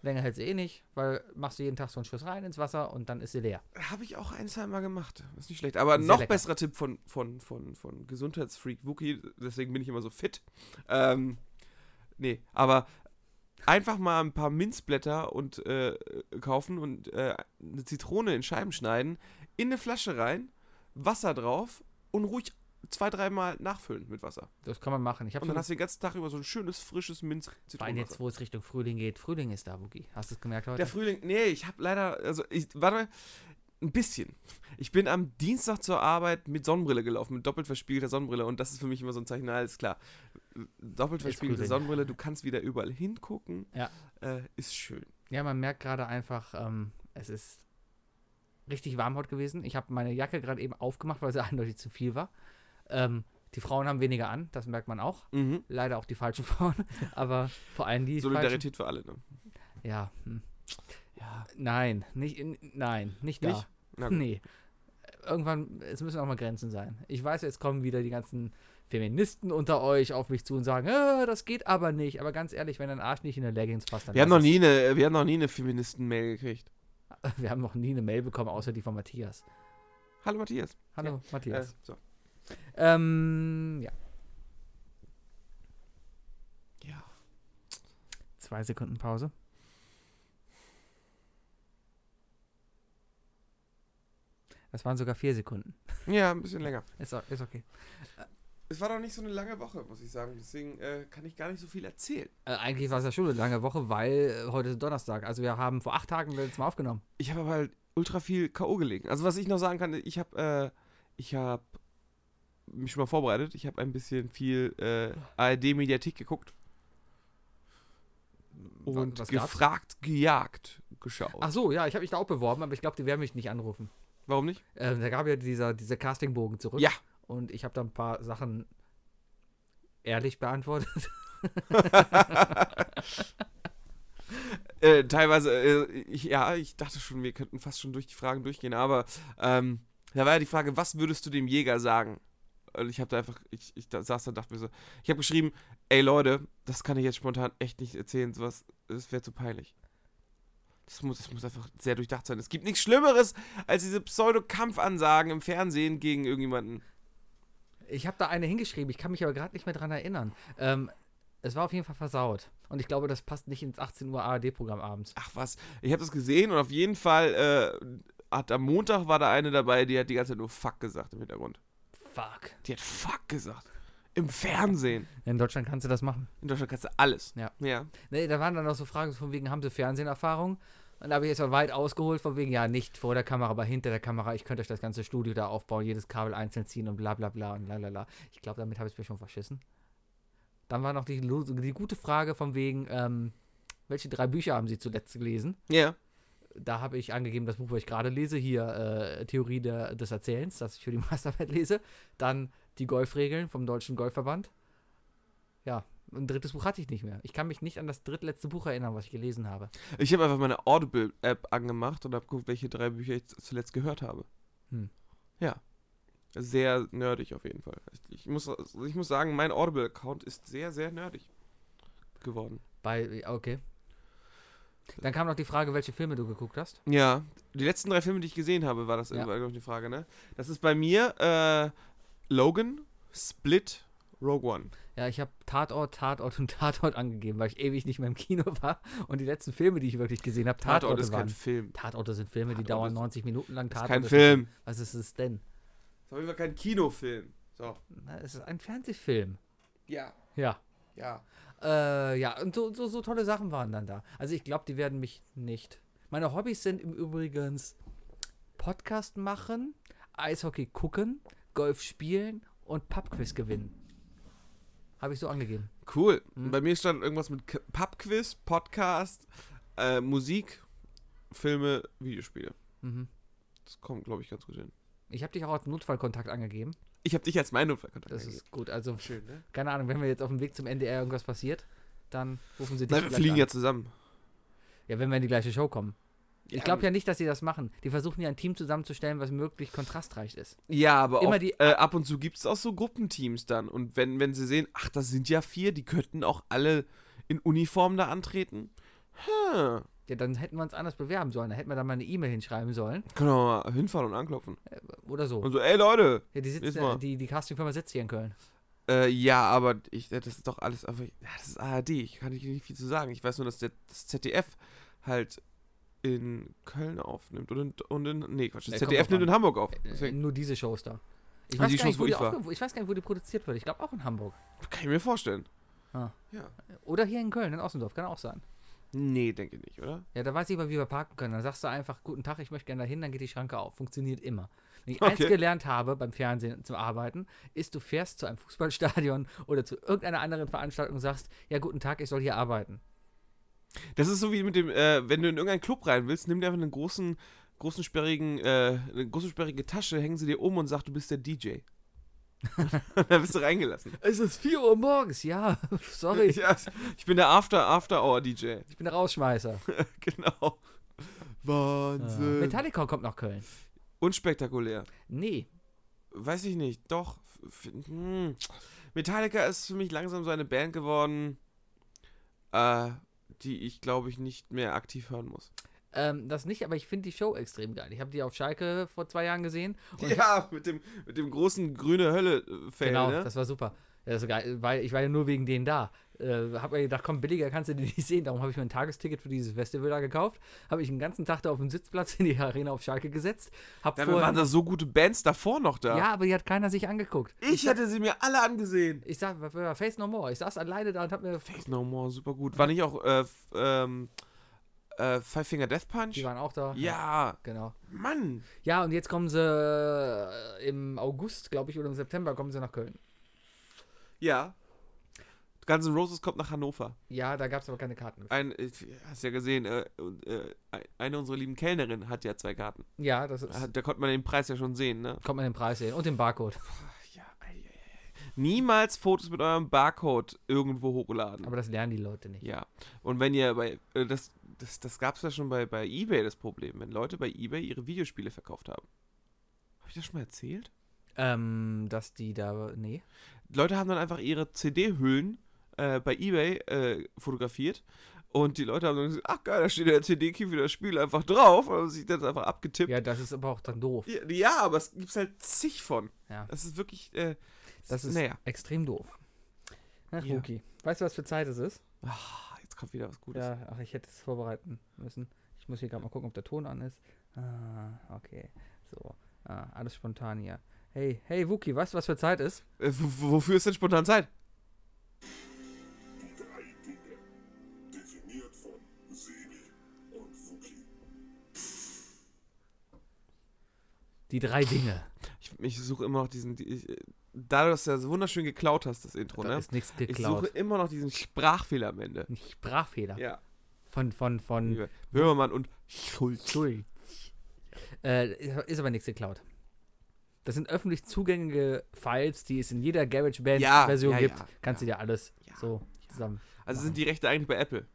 A: Länger hält sie eh nicht, weil machst du jeden Tag so einen Schuss rein ins Wasser und dann ist sie leer.
B: Habe ich auch ein, zwei Mal gemacht. Ist nicht schlecht. Aber
A: Sehr
B: noch
A: lecker.
B: besserer Tipp von, von, von, von Gesundheitsfreak Wookie, deswegen bin ich immer so fit. Ähm, nee, aber Einfach mal ein paar Minzblätter und äh, kaufen und äh, eine Zitrone in Scheiben schneiden, in eine Flasche rein, Wasser drauf und ruhig zwei, dreimal nachfüllen mit Wasser.
A: Das kann man machen. Ich habe
B: Und dann hast du den ganzen Tag über so ein schönes, frisches minz
A: vor allem jetzt, wo es Richtung Frühling geht. Frühling ist da, Wookie. Hast du es gemerkt heute?
B: Der Frühling, nee, ich habe leider, also ich, warte mal, ein bisschen. Ich bin am Dienstag zur Arbeit mit Sonnenbrille gelaufen, mit doppelt verspiegelter Sonnenbrille und das ist für mich immer so ein Zeichen, na, alles klar. Doppelt
A: Ist
B: verspiegelte
A: Frühling.
B: Sonnenbrille, du kannst wieder überall hingucken,
A: Ja.
B: äh, ist schön.
A: ja, man merkt gerade einfach, ähm, es ist richtig warm heute gewesen. Ich habe meine Jacke gerade eben aufgemacht, weil sie eindeutig zu viel war. Ähm, die Frauen haben weniger an, das merkt man auch. Leider auch die falschen Frauen, aber vor allem Mhm. die
B: Solidarität für alle, ne?
A: Falschen. Ja, hm.
B: Ja.
A: nein, nicht, in, nein, nicht da.
B: Nicht? Na gut.
A: Nee. Irgendwann, es müssen auch mal Grenzen sein. Ich weiß, jetzt kommen wieder die ganzen Feministen unter euch auf mich zu und sagen, äh, das geht aber nicht. Aber ganz ehrlich, wenn dein Arsch nicht in der Leggings passt, dann
B: Wir haben, noch
A: lass
B: nie eine, wir haben noch nie eine Feministen-Mail gekriegt.
A: es. Wir haben noch nie eine Mail bekommen, außer die von Matthias.
B: Hallo Matthias.
A: Hallo, Matthias.
B: Äh, so.
A: Ähm, ja.
B: Ja.
A: Zwei Sekunden Pause. Das waren sogar vier Sekunden.
B: ja, ein bisschen länger.
A: Ist, o- ist okay.
B: Es war doch nicht so eine lange Woche, muss ich sagen. Deswegen äh, kann ich gar nicht so viel erzählen.
A: Äh, eigentlich war es ja schon eine lange Woche, weil äh, heute ist Donnerstag. Also wir haben vor acht Tagen letztes Mal aufgenommen.
B: Ich habe aber halt ultra viel K.O. gelegen. Also was ich noch sagen kann, ich habe äh, ich habe mich schon mal vorbereitet. Ich habe ein bisschen viel äh, ARD-Mediathek geguckt und
A: gefragt.
B: gefragt, gejagt geschaut.
A: Ach so, ja, ich habe mich da auch beworben, aber ich glaube, die werden mich nicht anrufen.
B: Warum nicht?
A: Ähm, da gab ja dieser, dieser Castingbogen zurück.
B: Ja.
A: Und ich habe da ein paar Sachen ehrlich beantwortet.
B: Äh, teilweise, äh, ich, ja, ich dachte schon, wir könnten fast schon durch die Fragen durchgehen, aber ähm, da war ja die Frage, was würdest du dem Jäger sagen? Und ich habe da einfach, ich, ich da, saß da und dachte mir so, ich habe geschrieben, ey Leute, das kann ich jetzt spontan echt nicht erzählen, sowas, das wäre zu peinlich. Das muss, das muss einfach sehr durchdacht sein. Es gibt nichts Schlimmeres als diese Pseudo-Kampfansagen im Fernsehen gegen irgendjemanden.
A: Ich habe da eine hingeschrieben, ich kann mich aber gerade nicht mehr dran erinnern. Ähm, es war auf jeden Fall versaut. Und ich glaube, das passt nicht ins 18 Uhr ARD-Programm abends.
B: Ach was, ich habe das gesehen und auf jeden Fall äh, hat am Montag war da eine dabei, die hat die ganze Zeit nur Fuck gesagt im Hintergrund.
A: Fuck.
B: Die hat Fuck gesagt. Im Fernsehen.
A: In Deutschland kannst du das machen.
B: In Deutschland kannst du alles.
A: Ja.
B: Ja.
A: Nee, Ne, da waren dann noch so Fragen von wegen, haben sie Fernsehenerfahrung? Und da habe ich jetzt mal weit ausgeholt, von wegen, ja, nicht vor der Kamera, aber hinter der Kamera, ich könnte euch das ganze Studio da aufbauen, jedes Kabel einzeln ziehen und bla bla bla und la la la. Ich glaube, damit habe ich mir schon verschissen. Dann war noch die, lo- die gute Frage von wegen, ähm, welche drei Bücher haben Sie zuletzt gelesen?
B: Ja.
A: Da habe ich angegeben, das Buch, was ich gerade lese, hier äh, Theorie der, des Erzählens, das ich für die Masterarbeit lese. Dann die Golfregeln vom Deutschen Golfverband. Ja, ein drittes Buch hatte ich nicht mehr. Ich kann mich nicht an das drittletzte Buch erinnern, was ich gelesen habe.
B: Ich habe einfach meine Audible-App angemacht und habe geguckt, welche drei Bücher ich zuletzt gehört habe.
A: Hm.
B: Ja. Sehr nerdig auf jeden Fall. Ich, ich, muss, ich muss sagen, mein Audible-Account ist sehr, sehr nerdig geworden.
A: Bei, okay. Dann kam noch die Frage, welche Filme du geguckt hast.
B: Ja. Die letzten drei Filme, die ich gesehen habe, war das
A: Ja.
B: irgendwann, glaube ich, die Frage, ne? Das ist bei mir äh, Logan, Split, Rogue One.
A: Ja, ich habe Tatort, Tatort und Tatort angegeben, weil ich ewig nicht mehr im Kino war. Und die letzten Filme, die ich wirklich gesehen habe, Tatorte
B: Tatort ist kein
A: waren.
B: Film.
A: Tatorte sind Filme, die
B: Tatort
A: dauern
B: ist-
A: 90 Minuten lang.
B: Das ist
A: Tatort
B: kein Film.
A: Was ist es denn?
B: Das ist auf jeden Fall kein Kinofilm. So.
A: Na, es ist ein Fernsehfilm.
B: Ja,
A: Ja.
B: ja.
A: Äh, ja, und so, so, so tolle Sachen waren dann da. Also ich glaube, die werden mich nicht. Meine Hobbys sind im Übrigen Podcast machen, Eishockey gucken, Golf spielen und Pubquiz gewinnen. Habe ich so angegeben.
B: Cool.
A: Hm.
B: Bei mir stand irgendwas mit K- Pubquiz, Podcast, äh, Musik, Filme, Videospiele.
A: Mhm.
B: Das kommt, glaube ich, ganz gut hin.
A: Ich habe dich auch als Notfallkontakt angegeben.
B: Ich habe dich als meinen Notfallkontakt.
A: Das ist gut. Also,
B: angegeben. schön, ne?
A: keine Ahnung, wenn wir jetzt auf dem Weg zum NDR irgendwas passiert, dann rufen sie dich
B: Nein, wir
A: vielleicht
B: fliegen
A: an.
B: ja zusammen.
A: Ja, wenn wir in die gleiche Show kommen. Ich glaube
B: ja.
A: ja nicht, dass sie das machen. Die versuchen ja ein Team zusammenzustellen, was möglichst kontrastreich ist.
B: Ja, aber
A: Immer
B: oft,
A: die-
B: äh, ab und zu gibt es auch so Gruppenteams dann. Und wenn, wenn sie sehen, ach, das sind ja vier, die könnten auch alle in Uniform da antreten. Hm.
A: Ja, dann hätten wir uns anders bewerben sollen. Da hätten wir dann mal eine E-Mail hinschreiben sollen.
B: Können wir mal hinfahren und anklopfen.
A: Oder so.
B: Und so, ey Leute,
A: Ja, die,
B: Jetzt
A: sitzt,
B: mal.
A: äh, die, die Castingfirma sitzt hier in Köln.
B: Äh, ja, aber ich, das ist doch alles einfach. Ja, das ist ARD. Ich kann nicht viel zu sagen. Ich weiß nur, dass der, das ZDF halt in Köln aufnimmt und in, und in nee, Quatsch,
A: Ja,
B: das
A: kommt
B: ZDF
A: drauf
B: nimmt
A: an.
B: in Hamburg auf.
A: Äh,
B: Deswegen
A: nur diese Shows da. Ich
B: Nur
A: weiß,
B: die
A: gar nicht,
B: Shows,
A: wo
B: wo
A: die
B: ich war.
A: aufge- ich weiß gar nicht, wo die produziert wird. Ich glaube auch in Hamburg.
B: kann ich mir vorstellen.
A: Ah.
B: Ja.
A: Oder hier in Köln, in Ossendorf, kann auch sein.
B: Nee, denke ich nicht, oder?
A: Ja, da weiß ich aber, wie wir parken können. Dann sagst du einfach, guten Tag, ich möchte gerne dahin, dann geht die Schranke auf. Funktioniert immer. Wenn ich eins
B: Okay.
A: gelernt habe beim Fernsehen zum Arbeiten, ist, du fährst zu einem Fußballstadion oder zu irgendeiner anderen Veranstaltung und sagst, ja, guten Tag, ich soll hier arbeiten.
B: Das ist so wie mit dem, äh, wenn du in irgendeinen Club rein willst, nimm dir einfach einen großen, großen sperrigen, äh, eine große sperrige Tasche, hängen sie dir um und sag, du bist der DJ. da bist du reingelassen.
A: Es ist 4 Uhr morgens, ja, sorry,
B: Ja, ich bin der After After Hour DJ.
A: ich bin der Rausschmeißer.
B: genau. Wahnsinn.
A: Äh, Metallica kommt nach Köln.
B: Unspektakulär.
A: Nee,
B: Weiß ich nicht. Doch. F- f- hm. Metallica ist für mich langsam so eine Band geworden, äh, die ich glaube ich nicht mehr aktiv hören muss.
A: ähm, das nicht, aber ich finde die Show extrem geil. Ich habe die auf Schalke vor zwei Jahren gesehen. Und
B: Ja, mit dem, mit dem großen grüne Hölle-Fan.
A: Genau,
B: ne?
A: das war super. Ja, das war geil, weil ich war ja nur wegen denen da. Äh, hab mir gedacht, komm, billiger kannst du die nicht sehen. Darum habe ich mir ein Tagesticket für dieses Festival da gekauft. Habe ich den ganzen Tag da auf dem Sitzplatz in die Arena auf Schalke gesetzt. Hab
B: Dabei
A: vorher-
B: waren da so gute Bands davor noch da.
A: ja, aber die hat keiner sich angeguckt.
B: Ich hätte sie mir alle angesehen.
A: Ich sag, was war Face No More. Ich saß alleine da und hab mir.
B: Face No More, super gut. War nicht auch äh, f- ähm, äh, Five Finger Death Punch?
A: Die waren auch da.
B: ja,
A: Genau.
B: Mann.
A: Ja, und jetzt kommen sie äh, im August, glaube ich, oder im September kommen sie nach Köln.
B: Ja. Guns N' Roses kommt nach Hannover.
A: Ja, da gab es aber keine Karten. mehr.
B: Ein, äh, hast ja gesehen, äh, und, äh, eine unserer lieben Kellnerinnen hat ja zwei Karten.
A: Ja, das ist,
B: Da, da konnte man den Preis ja schon sehen, ne?
A: kommt man den Preis sehen. Und den Barcode.
B: Ach ja, ei, ei, ei. Niemals Fotos mit eurem Barcode irgendwo hochladen.
A: Aber das lernen die Leute nicht.
B: Ja, und wenn ihr bei, äh, das, das, das gab es ja schon bei, bei Ebay das Problem, wenn Leute bei Ebay ihre Videospiele verkauft haben. Habe ich das schon mal erzählt?
A: Ähm, dass die da. Nee.
B: Leute haben dann einfach ihre CD-Hüllen äh, bei Ebay äh, fotografiert und die Leute haben dann gesagt, ach geil, da steht der CD-Key für das Spiel einfach drauf und haben sich das einfach abgetippt.
A: Ja, das ist aber auch dann doof.
B: Ja, ja, aber es gibt halt zig von.
A: Ja.
B: Das ist wirklich, äh,
A: Das ist
B: naja,
A: extrem doof. Ach,
B: Ja.
A: Ruki. Weißt du, was für Zeit es ist?
B: ah, jetzt kommt wieder was Gutes.
A: Ja, ach, ich hätte es vorbereiten müssen. Ich muss hier gerade mal gucken, ob der Ton an ist. Ah, okay. So. Ah, alles spontan hier. Hey, hey, Wookie, weißt du, was für Zeit ist?
B: Äh, w- w- wofür ist denn spontan Zeit?
C: Drei Dinge, definiert von Sebi und Fuki.
A: Die drei Dinge.
B: Ich, ich suche immer noch diesen, die- ich, äh, da du das ja so wunderschön geklaut hast, das Intro,
A: Da
B: ne?
A: ist nichts
B: Ich suche
A: geklaut.
B: immer noch diesen Sprachfehler am Ende.
A: Ein Sprachfehler.
B: Ja.
A: Von, von, von.
B: Liebe Böhmermann und Schulz.
A: Entschuldigung. Äh, ist aber nichts geklaut. Das sind öffentlich zugängliche Files, die es in jeder
B: Ja,
A: GarageBand-Version
B: ja,
A: gibt.
B: ja,
A: Kannst du dir alles
B: Ja,
A: so zusammen.
B: Also sind die Rechte eigentlich bei Apple.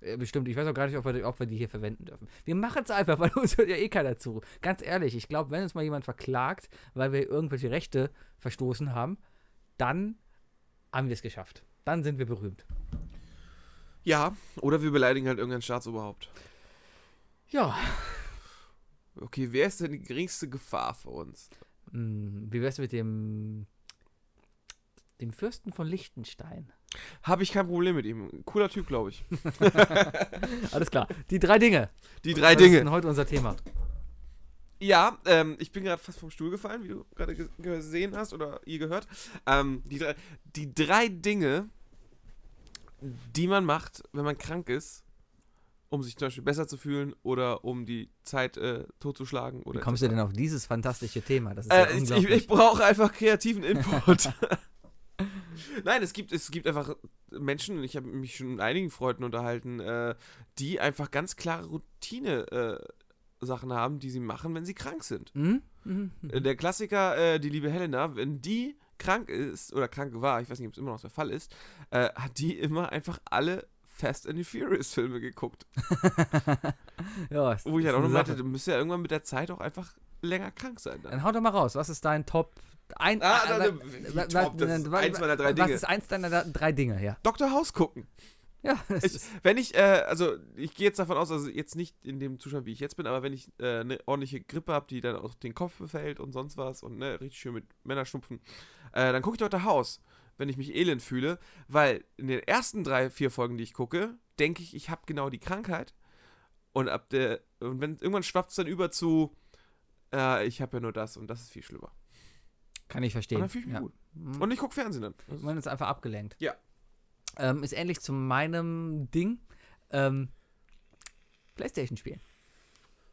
A: Äh, Bestimmt, ich weiß auch gar nicht, ob wir, die- ob wir die hier verwenden dürfen. Wir machen es einfach, weil uns hört ja eh keiner zu. Ganz ehrlich, ich glaube, wenn uns mal jemand verklagt, weil wir irgendwelche Rechte verstoßen haben, dann haben wir es geschafft. Dann sind wir berühmt.
B: Ja, oder wir beleidigen halt irgendein Staatsoberhaupt.
A: Ja,
B: Okay, wer ist denn die geringste Gefahr für uns?
A: hm, wie wär's mit dem, dem Fürsten von Liechtenstein?
B: Habe ich kein Problem mit ihm. Cooler Typ, glaube ich.
A: Alles klar, die drei Dinge.
B: Die drei
A: Was ist
B: Dinge.
A: denn heute unser Thema?
B: Ja, ähm, ich bin gerade fast vom Stuhl gefallen, wie du gerade ge- gesehen hast oder ihr gehört. Ähm, die, drei, die drei Dinge, die man macht, wenn man krank ist, um sich zum Beispiel besser zu fühlen oder um die Zeit äh, totzuschlagen. Oder
A: Wie kommst du denn auf dieses fantastische Thema? Das ist ja
B: äh, ich, ich,
A: unglaublich.
B: ich brauche einfach kreativen Input. Nein, es gibt, es gibt einfach Menschen, und ich habe mich schon mit einigen Freunden unterhalten, äh, die einfach ganz klare Routine-Sachen haben, die sie machen, wenn sie krank sind.
A: Hm? Mhm.
B: Äh, Der Klassiker, äh, die liebe Helena, wenn die krank ist oder krank war, ich weiß nicht, ob es immer noch der Fall ist, äh, hat die immer einfach alle Fast and the Furious Filme geguckt.
A: Ja, es
B: Wo ich
A: ist
B: halt auch
A: eine
B: noch
A: Sache. Äh,
B: meinte, du müsst ja irgendwann mit der Zeit auch einfach länger krank sein. Dann.
A: Dann hau doch mal raus. Was ist dein Top? Ein,
B: Ah,
A: äh,
B: dann-
A: wa-
B: wie
A: wa-
B: top,
A: wa-
B: das ist
A: wa-
B: eins meiner drei
A: Was
B: Dinge.
A: ist eins deiner da- drei Dinge, ja?
B: Dr. House gucken.
A: Ja, das
B: Ich,
A: ist,
B: wenn ich, äh, also ich gehe jetzt davon aus, also jetzt nicht in dem Zustand, wie ich jetzt bin, aber wenn ich äh, eine ordentliche Grippe habe, die dann auch den Kopf befällt und sonst was und ne, richtig schön mit Männerschnupfen, äh, dann gucke ich Dr. House. wenn ich mich elend fühle, weil in den ersten drei, vier Folgen, die ich gucke, denke ich, ich habe genau die Krankheit. Und ab der, und wenn irgendwann schwappt es dann über zu, äh, ich habe ja nur das und das ist viel schlimmer.
A: Kann ich verstehen.
B: Und Oh, dann fühle ich mich
A: ja.
B: gut.
A: Mhm.
B: Und ich gucke Fernsehen dann. Das ist-
A: Man ist einfach abgelenkt.
B: Ja.
A: Ähm, ist ähnlich zu meinem Ding. Ähm, Playstation spielen.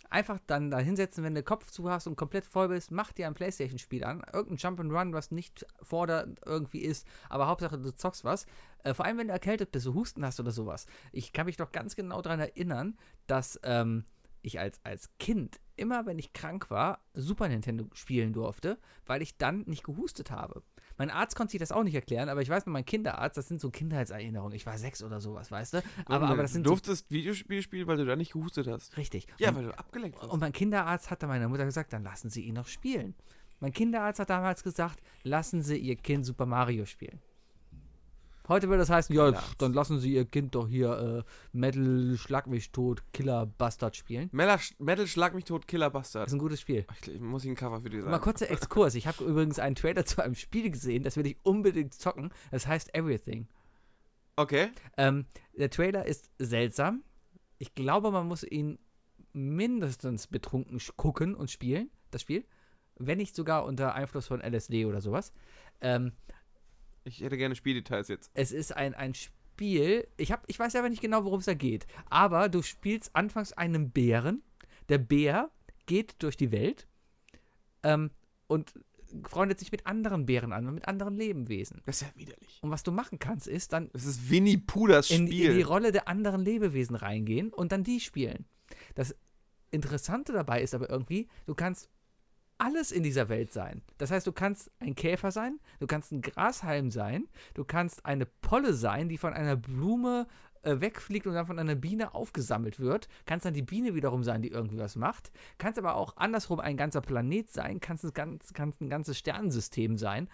A: Einfach dann da hinsetzen, wenn du Kopf zu hast und komplett voll bist, mach dir ein Playstation-Spiel an. Irgendein Jump'n'Run, was nicht fordernd irgendwie ist, aber Hauptsache du zockst was. Äh, vor allem, wenn du erkältet bist, du Husten hast oder sowas. Ich kann mich doch ganz genau daran erinnern, dass ähm, ich als, als Kind immer, wenn ich krank war, Super Nintendo spielen durfte, weil ich dann nicht gehustet habe. Mein Arzt konnte sich das auch nicht erklären, aber ich weiß noch, mein Kinderarzt, das sind so Kindheitserinnerungen. Ich war sechs oder sowas, weißt du? Aber, aber das sind
B: ne, du durftest Videospiel spielen, weil du da nicht gehustet hast.
A: so, richtig.
B: Ja,
A: Und-
B: weil du abgelenkt warst.
A: und mein Kinderarzt hat dann meiner Mutter gesagt, dann lassen Sie ihn noch spielen. Mein Kinderarzt hat damals gesagt, lassen Sie Ihr Kind Super Mario spielen. Heute würde das heißen, ja, pf, dann lassen Sie Ihr Kind doch hier äh, Metal, Schlag mich tot, Killer, Bastard spielen.
B: Metal, Metal Schlag mich tot, Killer
A: Das
B: Bastard.
A: ist ein gutes Spiel.
B: Ich, ich muss Ihnen ein Cover für die
A: Also- Mal
B: sagen.
A: kurzer Exkurs. Ich habe übrigens einen Trailer zu einem Spiel gesehen, das will ich unbedingt zocken. Das heißt Everything.
B: Okay.
A: Ähm, der Trailer ist seltsam. Ich glaube, man muss ihn mindestens betrunken sch- gucken und spielen, das Spiel. Wenn nicht sogar unter Einfluss von LSD oder sowas. Ähm,
B: Ich hätte gerne Spieldetails jetzt.
A: es ist ein, ein Spiel, ich, hab, ich weiß aber nicht genau, worum es da geht. Aber du spielst anfangs einen Bären. Der Bär geht durch die Welt ähm, und freundet sich mit anderen Bären an und mit anderen Lebewesen.
B: Das ist ja widerlich.
A: Und was du machen kannst, ist dann
B: Das ist Winnie Pooh das
A: in,
B: Spiel.
A: in die Rolle der anderen Lebewesen reingehen und dann die spielen. Das Interessante dabei ist aber irgendwie, du kannst alles in dieser Welt sein. Das heißt, du kannst ein Käfer sein, du kannst ein Grashalm sein, du kannst eine Polle sein, die von einer Blume äh, wegfliegt und dann von einer Biene aufgesammelt wird. Kannst dann die Biene wiederum sein, die irgendwie was macht. Kannst aber auch andersrum ein ganzer Planet sein, kannst, ein ganz, kannst ein ganzes Sternensystem sein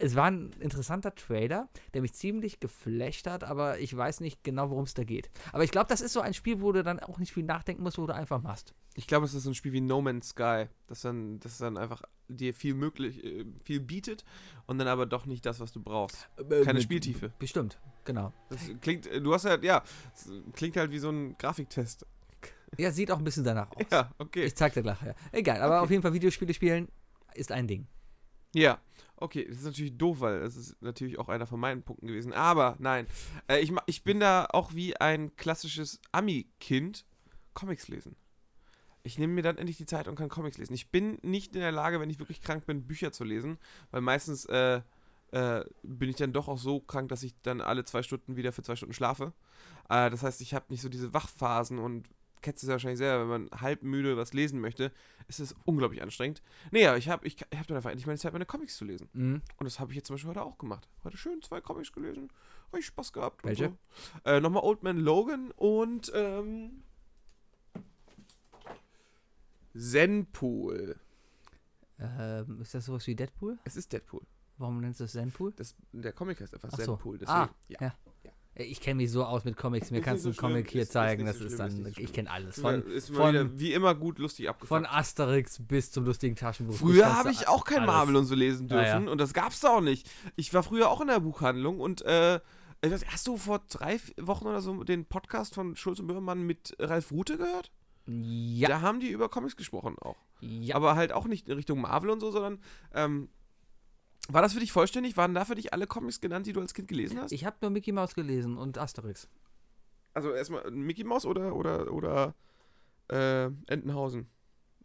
A: es war ein interessanter Trailer, der mich ziemlich geflasht hat, aber ich weiß nicht genau, worum es da geht. Aber ich glaube, das ist so ein Spiel, wo du dann auch nicht viel nachdenken musst, wo du einfach machst.
B: ich glaube, es ist so ein Spiel wie No Man's Sky, das dann, das dann einfach dir viel möglich, äh, viel bietet und dann aber doch nicht das, was du brauchst.
A: Äh,
B: Keine Spieltiefe.
A: Bestimmt, genau.
B: Das klingt, äh, du hast halt, ja, es klingt halt wie so ein Grafiktest.
A: Ja, sieht auch ein bisschen danach aus.
B: Ja, okay.
A: Ich zeig dir nachher. Egal, aber
B: Okay.
A: auf jeden Fall Videospiele spielen ist ein Ding.
B: Ja, okay. Das ist natürlich doof, weil das ist natürlich auch einer von meinen Punkten gewesen. Aber nein, äh, ich, ma- ich bin da auch wie ein klassisches Ami-Kind Comics lesen. Ich nehme mir dann endlich die Zeit und kann Comics lesen. Ich bin nicht in der Lage, wenn ich wirklich krank bin, Bücher zu lesen, weil meistens äh, äh, bin ich dann doch auch so krank, dass ich dann alle zwei Stunden wieder für zwei Stunden schlafe. Äh, das heißt, ich habe nicht so diese Wachphasen und kennst es ja wahrscheinlich selber, wenn man halb müde was lesen möchte, ist es unglaublich anstrengend. Nee, aber ich habe ich, ich hab dann einfach endlich meine Zeit, meine Comics zu lesen.
A: Mhm.
B: Und das habe ich jetzt zum Beispiel heute auch gemacht. Heute schön zwei Comics gelesen. Richtig Spaß gehabt. und
A: Welche?
B: So. Äh, Nochmal Old Man Logan und ähm, Zenpool.
A: Ähm, ist das sowas wie Deadpool?
B: Es ist Deadpool.
A: Warum nennst du es Zenpool?
B: Das, der Comic heißt einfach
A: Ach so.
B: Zenpool.
A: Ah,
B: ja.
A: Äh, Ich kenne mich so aus mit Comics, mir
B: Ist
A: kannst du einen
B: nicht so schlimm,
A: Comic hier
B: ist- ist
A: zeigen,
B: nicht so
A: das ist
B: schlimm, ist
A: dann,
B: nicht so
A: ich kenne alles.
B: Ist
A: Von,
B: mal- ist mal
A: von,
B: wieder, wie immer gut lustig
A: von
B: abgefuckt.
A: Asterix bis zum lustigen Taschenbuch.
B: Früher
A: kannst
B: habe
A: du
B: ich auch kein
A: alles.
B: Marvel und so lesen
A: Ja, ja.
B: dürfen und das gab's da auch nicht. Ich war früher auch in der Buchhandlung und äh, ich weiß, hast du vor drei vier Wochen oder so den Podcast von Schulz und Böhmermann mit Ralf Rute gehört?
A: Ja,
B: Da haben die über Comics gesprochen auch.
A: ja.
B: Aber halt auch nicht in Richtung Marvel und so, sondern ähm, war das für dich vollständig? Waren da für dich alle Comics genannt, die du als Kind gelesen hast?
A: Ich habe nur Mickey Mouse gelesen und Asterix.
B: also erstmal Mickey Mouse oder oder oder äh, Entenhausen.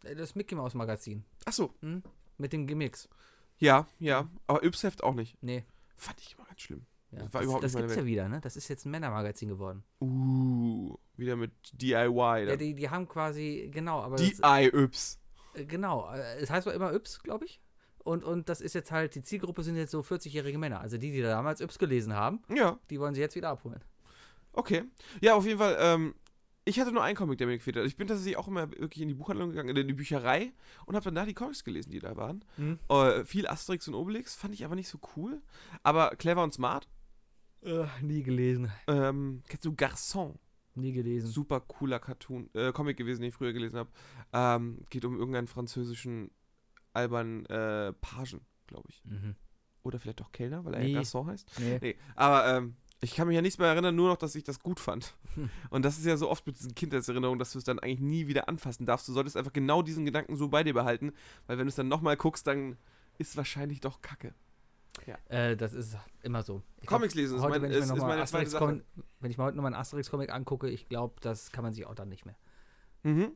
A: Äh, Das Mickey Mouse Magazin.
B: Ach so,
A: Hm? Mit den Gimmicks.
B: ja, ja, aber Yps-Heft auch nicht.
A: Nee.
B: Fand ich immer ganz schlimm.
A: Ja.
B: Das
A: Das,
B: war überhaupt
A: das
B: nicht meine
A: gibt's ja wieder, ne? Das ist jetzt ein Männermagazin geworden.
B: Uh, wieder mit DIY.
A: Ja,
B: Dann.
A: die, die haben quasi, genau, aber das,
B: DIYs.
A: äh, genau. äh, Es heißt doch immer Yps, glaube ich. Und, und das ist jetzt halt, die Zielgruppe sind jetzt so 40-jährige Männer. Also die, die da damals Yps gelesen haben,
B: Ja,
A: die wollen sie jetzt wieder abholen.
B: okay. Ja, auf jeden Fall. Ähm, ich hatte nur einen Comic, der mir gefehlt hat. Ich bin tatsächlich auch immer wirklich in die Buchhandlung gegangen, in die Bücherei und habe dann da die Comics gelesen, die da waren. Äh, viel Asterix und Obelix, fand ich aber nicht so cool. Aber clever und smart.
A: Äh, nie gelesen.
B: Ähm, kennst du Garçon?
A: Nie gelesen.
B: Super cooler Cartoon, äh, Comic gewesen, den ich früher gelesen habe. Ähm, geht um irgendeinen französischen albernen äh, Pagen, glaube ich.
A: Mhm.
B: Oder vielleicht auch Kellner, weil er
A: Nee.
B: ja Garçon heißt.
A: Nee.
B: Nee, aber ähm, ich kann mich ja nichts mehr erinnern, nur noch, dass ich das gut fand.
A: Hm.
B: Und das ist ja so oft mit diesen Kindheitserinnerungen, dass du es dann eigentlich nie wieder anfassen darfst. Du solltest einfach genau diesen Gedanken so bei dir behalten, weil wenn du es dann nochmal guckst, dann ist wahrscheinlich doch Kacke.
A: Äh, das ist immer so. Ich glaub,
B: Comics lesen ist,
A: heute,
B: mein,
A: wenn, ich
B: ist,
A: mir noch
B: ist
A: mal
B: meine zweite
A: Asterix
B: Sache.
A: Comic- wenn ich mir heute nochmal einen Asterix-Comic angucke, ich glaube, das kann man sich auch dann nicht mehr.
B: Mhm.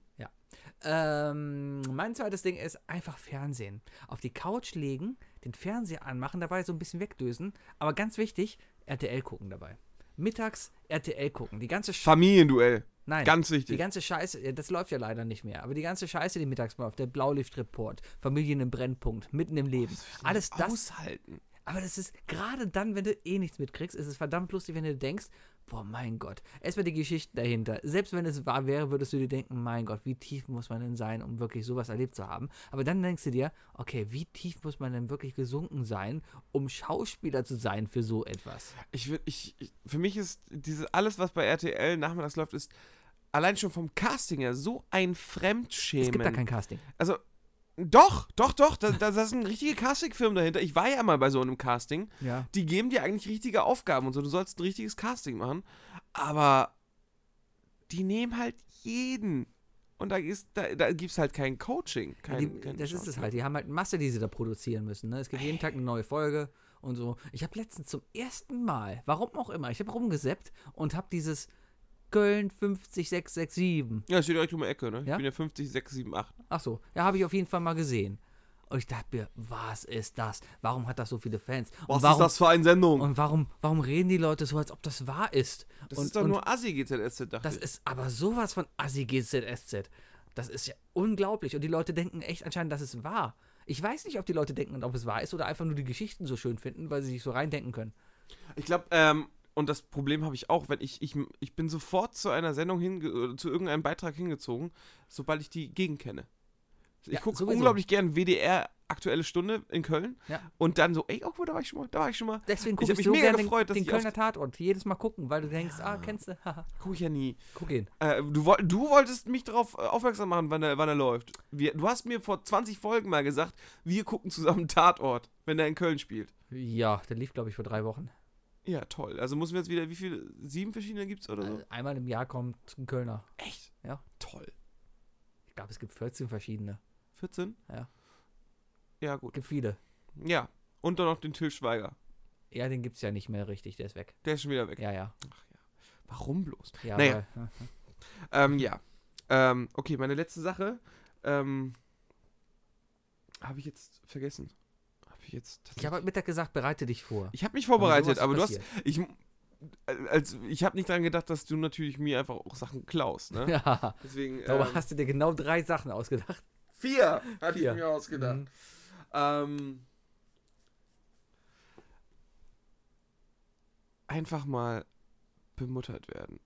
A: Ähm, mein zweites Ding ist einfach Fernsehen. Auf die Couch legen, den Fernseher anmachen, dabei so ein bisschen wegdösen. Aber ganz wichtig, RTL gucken dabei. Mittags RTL gucken. Die ganze Scheiße.
B: Familienduell,
A: Nein.
B: ganz
A: die
B: wichtig.
A: ganze Scheiße, ja, das läuft ja leider nicht mehr, aber die ganze Scheiße, die mittags mal auf der Blaulichtreport, Familien im Brennpunkt, mitten im Leben, alles das
B: Aushalten.
A: aber das ist gerade dann, wenn du eh nichts mitkriegst, ist es verdammt lustig, wenn du denkst, boah, mein Gott, erstmal die Geschichten dahinter. Selbst wenn es wahr wäre, würdest du dir denken, mein Gott, wie tief muss man denn sein, um wirklich sowas erlebt zu haben. Aber dann denkst du dir, okay, wie tief muss man denn wirklich gesunken sein, um Schauspieler zu sein für so etwas?
B: Ich, würd- ich, ich, für mich ist diese, alles, was bei RTL nachmittags läuft, ist allein schon vom Casting her so ein Fremdschämen.
A: Es gibt da kein Casting.
B: Also, doch, doch, doch. Da, da, da ist ein richtiger Casting-Film dahinter. Ich war ja mal bei so einem Casting.
A: Ja.
B: Die geben dir eigentlich richtige Aufgaben und so. Du sollst ein richtiges Casting machen. Aber die nehmen halt jeden. Und da, ist, da, da gibt es halt kein Coaching. Kein,
A: Die,
B: kein
A: das ist es
B: Schauspiel.
A: halt. Die haben halt Masse, die sie da produzieren müssen. Ne? Es gibt jeden Tag eine neue Folge und so. Ich habe letztens zum ersten Mal, warum auch immer, ich habe rumgesäppt und habe dieses Köln 50667.
B: Ja, steht direkt um die Ecke, ne? Ich
A: Ja?
B: bin ja 50, 6, 7, 8.
A: Ach so, ja, habe ich auf jeden Fall mal gesehen. Und ich dachte mir, was ist das? Warum hat das so viele Fans? Und
B: Was ist
A: warum,
B: das für eine Sendung?
A: Und warum, warum reden die Leute so, als ob das wahr ist?
B: das
A: und,
B: ist doch
A: und
B: nur Assi-GZSZ, dachte
A: das
B: ich.
A: ist aber sowas von assi GZSZ. Das ist ja unglaublich. Und die Leute denken echt anscheinend, dass es wahr. Ich weiß nicht, ob die Leute denken, ob es wahr ist oder einfach nur die Geschichten so schön finden, weil sie sich so reindenken können.
B: Ich glaube, ähm, und das Problem habe ich auch, wenn ich, ich, ich bin sofort zu einer Sendung hinge oder zu irgendeinem Beitrag hingezogen, sobald ich die Gegend kenne. Ich
A: Ja,
B: gucke
A: sowieso.
B: unglaublich gern WDR Aktuelle Stunde in Köln
A: Ja.
B: und dann so, ey, oh, da war ich schon mal, da war ich schon mal.
A: Deswegen
B: Ich hab
A: gucke ich,
B: mich
A: so
B: mega
A: gerne den,
B: gefreut, dass
A: den
B: ich
A: Kölner Tatort jedes Mal gucken, weil du denkst, ah, kennst du, haha,
B: Guck ich ja nie.
A: guck ihn.
B: Äh, du, woll- du wolltest mich darauf äh, aufmerksam machen, wann er, wann er läuft. Wir, du hast mir vor 20 Folgen mal gesagt, wir gucken zusammen Tatort, wenn er in Köln spielt.
A: Ja, der lief, glaube ich, vor drei Wochen.
B: Ja, toll. Also müssen wir jetzt wieder, wie viele? Sieben verschiedene gibt es oder so?
A: Also einmal im Jahr kommt ein Kölner.
B: Echt?
A: Ja.
B: Toll.
A: Ich glaube, es gibt 14 verschiedene.
B: 14?
A: Ja.
B: Ja, gut.
A: Es gibt viele.
B: Ja. Und dann noch den Till Schweiger.
A: Ja, den gibt es ja nicht mehr richtig, der ist weg.
B: Der ist schon wieder weg.
A: Ja, ja.
B: Warum bloß?
A: ja
B: Naja.
A: weil-
B: Ähm, ja. Ähm, okay, meine letzte Sache. Ähm, habe ich jetzt vergessen. Habe ich jetzt.
A: ich habe heute Mittag gesagt, bereite dich vor.
B: ich habe mich
A: Aber
B: vorbereitet,
A: sowas
B: aber, du hast.
A: passiert.
B: Ich, als, ich habe nicht dran gedacht, dass du natürlich mir einfach auch Sachen klaust. Ne?
A: Ja,
B: Deswegen.
A: aber
B: Ähm,
A: hast du dir genau drei Sachen ausgedacht.
B: vier hatte
A: Vier.
B: ich mir ausgedacht.
A: Mhm.
B: Ähm, einfach mal bemuttert werden.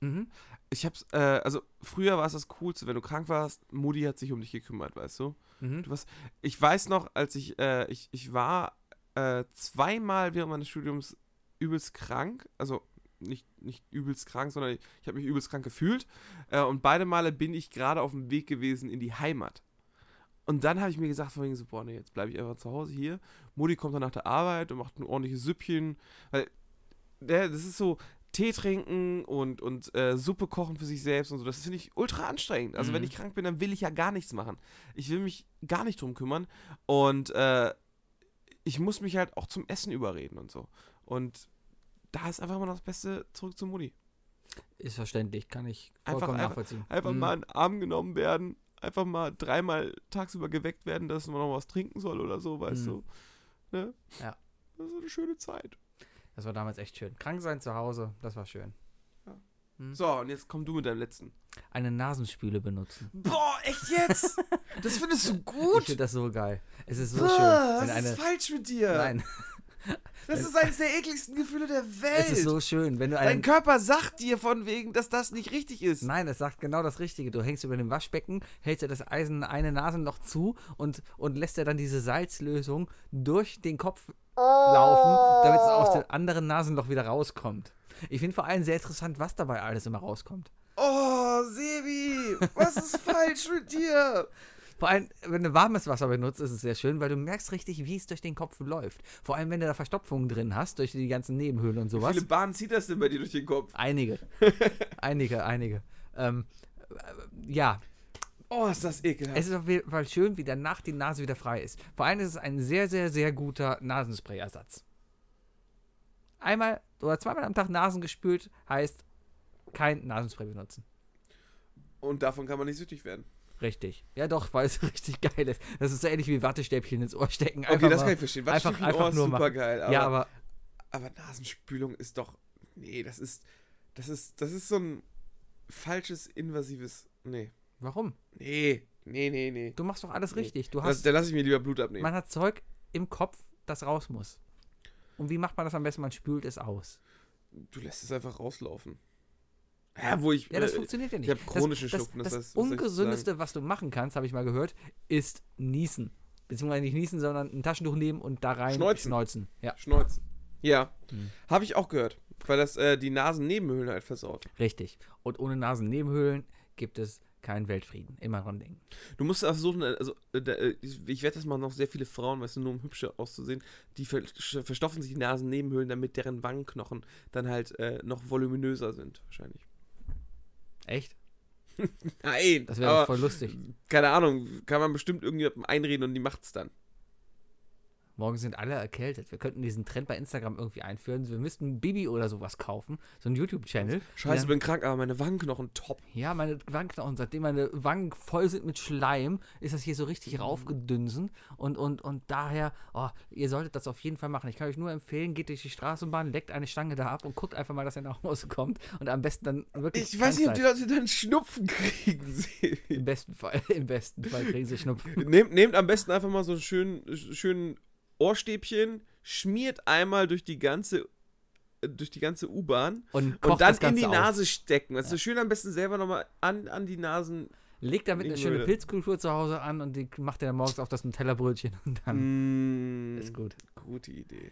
A: Mhm.
B: Ich hab's, äh, also früher war es das Coolste, wenn du krank warst, Mutti hat sich um dich gekümmert, weißt du?
A: Mhm.
B: Du warst, ich weiß noch, als ich, äh, ich, ich war äh, zweimal während meines Studiums übelst krank, also nicht, nicht übelst krank, sondern ich, ich habe mich übelst krank gefühlt äh, und beide Male bin ich gerade auf dem Weg gewesen in die Heimat. Und dann habe ich mir gesagt, vorhin so, boah, nee, jetzt bleibe ich einfach zu Hause hier. Mutti kommt dann nach der Arbeit und macht ein ordentliches Süppchen, weil der, das ist so Tee trinken und, und äh, Suppe kochen für sich selbst und so. Das finde ich ultra anstrengend. Also wenn
A: Mhm.
B: ich krank bin, dann will ich ja gar nichts machen. Ich will mich gar nicht drum kümmern und äh, ich muss mich halt auch zum Essen überreden und so. Und da ist einfach mal das Beste zurück zu Mutti.
A: Ist verständlich, kann ich
B: Einfach-
A: vollkommen
B: einfach-
A: nachvollziehen.
B: Einfach
A: Mhm.
B: mal in den Arm genommen werden, einfach mal dreimal tagsüber geweckt werden, dass man noch was trinken soll oder so, weißt
A: Mhm.
B: du? Ne?
A: Ja.
B: Das ist eine schöne Zeit.
A: Das war damals echt schön. Krank sein zu Hause, das war schön. Mhm.
B: So, und jetzt komm du mit deinem letzten.
A: Eine Nasenspüle benutzen.
B: Boah, echt jetzt? das findest du
A: Ich
B: gut?
A: finde das so geil. Es ist so
B: Bäh,
A: schön. Wenn
B: was
A: eine,
B: ist falsch mit dir?
A: nein,
B: Das ist eines der ekligsten Gefühle der Welt.
A: es ist so schön, wenn du
B: Dein
A: einen
B: Körper sagt dir von wegen, dass das nicht richtig ist.
A: Nein, es sagt genau das Richtige. Du hängst über dem Waschbecken, hältst dir das Eisen eine Nasenloch zu und, und lässt dir dann diese Salzlösung durch den Kopf laufen, damit es aus dem anderen Nasenloch wieder rauskommt. Ich finde vor allem sehr interessant, was dabei alles immer rauskommt.
B: Oh, Sebi, was ist falsch mit dir?
A: Vor allem, wenn du warmes Wasser benutzt, ist es sehr schön, weil du merkst richtig, wie es durch den Kopf läuft. Vor allem, wenn du da Verstopfungen drin hast, durch die ganzen Nebenhöhlen und
B: Wie
A: sowas.
B: viele Bahnen zieht das denn bei dir durch den Kopf?
A: Einige. einige, einige. Ähm, äh, ja,
B: Oh, ist das ekelhaft.
A: es ist auf jeden Fall schön, wie danach die Nase wieder frei ist. Vor allem ist es ein sehr, sehr, sehr guter Nasenspray-Ersatz. Einmal oder zweimal am Tag Nasen gespült heißt kein Nasenspray benutzen.
B: Und davon kann man nicht süchtig werden.
A: Richtig. Ja, doch, weil es richtig geil ist. Das ist so ähnlich wie Wattestäbchen ins Ohr stecken.
B: Okay, das
A: mal-
B: kann ich verstehen.
A: einfach-
B: Waschstäbchen,
A: einfach
B: oh,
A: nur machen.
B: super geil. Aber,
A: Ja, aber
B: aber Nasenspülung ist doch. Nee, das ist. Das ist. Das ist so ein falsches, invasives. Nee.
A: warum?
B: Nee. Nee, nee, nee.
A: Du machst doch alles
B: Nee.
A: richtig. Du
B: Das,
A: hast,
B: da lasse ich mir lieber Blut abnehmen.
A: man hat Zeug im Kopf, das raus muss. Und wie macht man das am besten? Man spült es aus.
B: Du lässt es einfach rauslaufen. Ja, wo ich.
A: Ja, das
B: äh,
A: funktioniert ja nicht.
B: ich hab chronischen
A: das,
B: Schnupfen,
A: Das,
B: das
A: das,
B: heißt, was soll ich
A: Ungesündeste, was du machen kannst, habe ich mal gehört, ist niesen. Beziehungsweise nicht niesen, sondern ein Taschentuch nehmen und da rein
B: Schneuzen.
A: Ja,
B: Schneuzen. Ja.
A: Hm.
B: Habe ich auch gehört. Weil das äh, die Nasennebenhöhlen halt versaut.
A: richtig. Und ohne Nasennebenhöhlen gibt es keinen Weltfrieden. Immer dran denken.
B: Du musst da versuchen, also äh, da, äh, ich ich werde das mal noch sehr viele Frauen, weißt du, nur um hübscher auszusehen, die ver verstopfen sich die Nasennebenhöhlen, damit deren Wangenknochen dann halt äh, noch voluminöser sind, wahrscheinlich.
A: Echt?
B: Nein,
A: Das wäre doch voll lustig.
B: keine Ahnung, kann man bestimmt irgendjemandem einreden und die macht's dann.
A: Morgen sind alle erkältet. Wir könnten diesen Trend bei Instagram irgendwie einführen. Wir müssten Bibi oder sowas kaufen. So einen YouTube-Channel.
B: Scheiße,
A: Dann-
B: bin krank, aber meine Wangenknochen top.
A: Ja, meine Wangenknochen, seitdem meine Wangen voll sind mit Schleim, ist das hier so richtig
B: Mhm.
A: raufgedünsen. Und, und, und daher, oh, ihr solltet das auf jeden Fall machen. Ich kann euch nur empfehlen, geht durch die Straßenbahn, leckt eine Stange da ab und guckt einfach mal, dass ihr nach Hause kommt. Und am besten dann wirklich.
B: Ich weiß nicht, ob die
A: krank
B: Leute dann Schnupfen kriegen.
A: seid. Im besten Fall, im besten Fall kriegen sie Schnupfen.
B: nehmt, nehmt am besten einfach mal so einen schönen, schönen Ohrstäbchen, schmiert einmal durch die ganze äh, durch die ganze U-Bahn
A: Und, kocht
B: und dann
A: das
B: in
A: Ganze
B: die
A: auf.
B: Nase stecken. Also schön am besten selber nochmal an, an die Nasen.
A: Legt damit eine schöne
B: Würde.
A: Pilzkultur zu Hause an und die macht ihr dann morgens auf das Nutella-Brötchen und dann
B: Mm,
A: ist gut.
B: Gute Idee.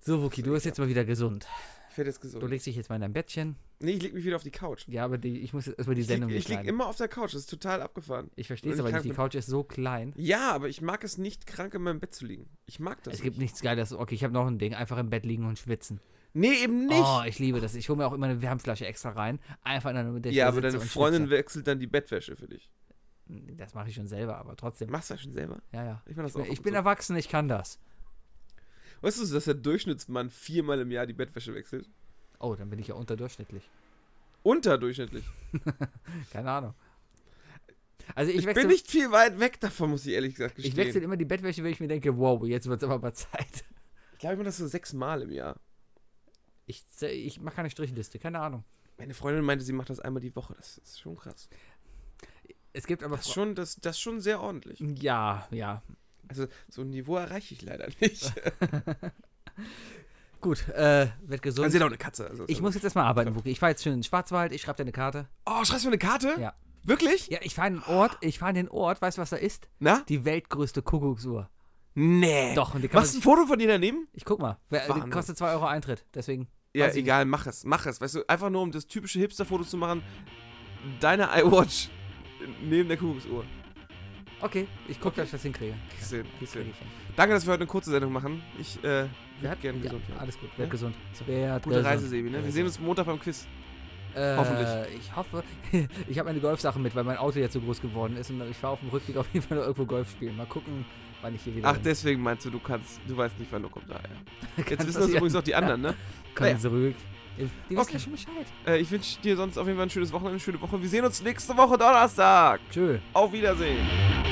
A: So, Wuki, du bist jetzt mal wieder gesund.
B: Ich werde jetzt
A: Du
B: gesund.
A: legst dich jetzt mal in dein Bettchen.
B: Nee, ich leg mich wieder auf die Couch.
A: Ja, aber die, ich muss jetzt erstmal die
B: Ich lieg,
A: Sendung
B: ich lieg
A: beschneiden.
B: immer auf der Couch, das ist total abgefahren.
A: Ich verstehe
B: Und
A: es
B: ich
A: aber
B: krank
A: nicht, die
B: bin.
A: Couch ist so klein.
B: Ja, aber ich mag es nicht, krank in meinem Bett zu liegen. also Ich mag das
A: es gibt
B: nicht.
A: nichts Geiles. Okay, ich habe noch ein Ding. Einfach im Bett liegen und schwitzen.
B: Nee, eben nicht.
A: Oh, ich liebe das. Ich hole mir auch immer eine Wärmflasche extra rein. Einfach nur mit der ich
B: ja,
A: da
B: aber
A: sitze
B: deine
A: und
B: Freundin wechselt dann die Bettwäsche für dich.
A: schwitze. Das mache ich schon selber, aber trotzdem.
B: Machst du das schon selber?
A: Ja, ja.
B: Ich mach das
A: Ich bin,
B: auch ab
A: ich
B: und
A: bin
B: zu.
A: erwachsen, ich kann das.
B: Weißt du, dass der Durchschnittsmann viermal im Jahr die Bettwäsche wechselt?
A: Oh, dann bin ich ja unterdurchschnittlich.
B: Unterdurchschnittlich.
A: Keine Ahnung. Also ich,
B: Ich,
A: wechsle,
B: bin nicht viel weit weg davon, muss ich ehrlich gesagt
A: ich
B: gestehen.
A: wechsle immer die Bettwäsche, wenn ich mir denke, wow, jetzt wird es aber mal Zeit.
B: Ich glaube, ich mache das so sechsmal im Jahr.
A: Ich, ich mache keine Strichliste, keine Ahnung.
B: Meine Freundin meinte, sie macht das einmal die Woche. Das ist schon krass.
A: Es gibt aber...
B: Das ist schon, das, das ist schon sehr ordentlich.
A: ja, ja.
B: Also, so ein Niveau erreiche ich leider nicht.
A: Gut, äh, wird gesund.
B: Dann sie hat auch eine Katze. Also,
A: ich muss jetzt erstmal arbeiten, Wuki. Ich fahre jetzt schön in den Schwarzwald, ich schreibe dir eine Karte.
B: Oh, schreibst du mir eine Karte?
A: Ja.
B: Wirklich?
A: Ja, ich fahre in den Ort, ich fahre in den Ort, weißt du, was da ist?
B: Na?
A: Die weltgrößte Kuckucksuhr.
B: Nee.
A: Doch, und die kann
B: Machst du ein
A: man,
B: Foto von dir daneben?
A: ich guck mal, wer, die
B: Äh, Wahnsinn.
A: kostet 2 Euro Eintritt, deswegen.
B: Ja,
A: Weiß ich
B: egal, mach es. Mach es. Weißt du, einfach nur um das typische Hipster-Foto zu machen. Deine iWatch neben der Kugelsuhr.
A: Okay, ich gucke, dass ich das hinkriege.
B: Kriegst du hin, kriegst du
A: Krieg
B: hin.
A: ich hin.
B: Danke, dass wir heute eine kurze Sendung machen. Ich äh,
A: Wer
B: würde
A: hat-
B: gerne gesund
A: ja,
B: werden.
A: Alles gut, werd
B: Ja?
A: gesund. Werd
B: Gute
A: gesund.
B: Reise, Sebi. Ne? Wir
A: Werd
B: sehen uns Montag beim Quiz.
A: gesund. äh,
B: hoffentlich.
A: Ich hoffe, ich habe meine Golfsache mit, weil mein Auto jetzt so groß geworden ist und ich fahre auf dem Rückweg auf jeden Fall noch irgendwo Golf spielen. Mal gucken, wann ich hier wieder
B: Ach,
A: bin.
B: deswegen meinst du, du kannst, du weißt nicht, wann du kommst. Ah, ja. Jetzt wissen das
A: passieren.
B: übrigens auch die anderen, ne?
A: Können
B: naja.
A: Sie ruhig. Die wissen ja
B: Okay.
A: schon Bescheid.
B: Äh, ich wünsche dir sonst auf jeden Fall ein schönes Wochenende, eine schöne Woche. Wir sehen uns nächste Woche Donnerstag.
A: Tschö.
B: Auf Wiedersehen.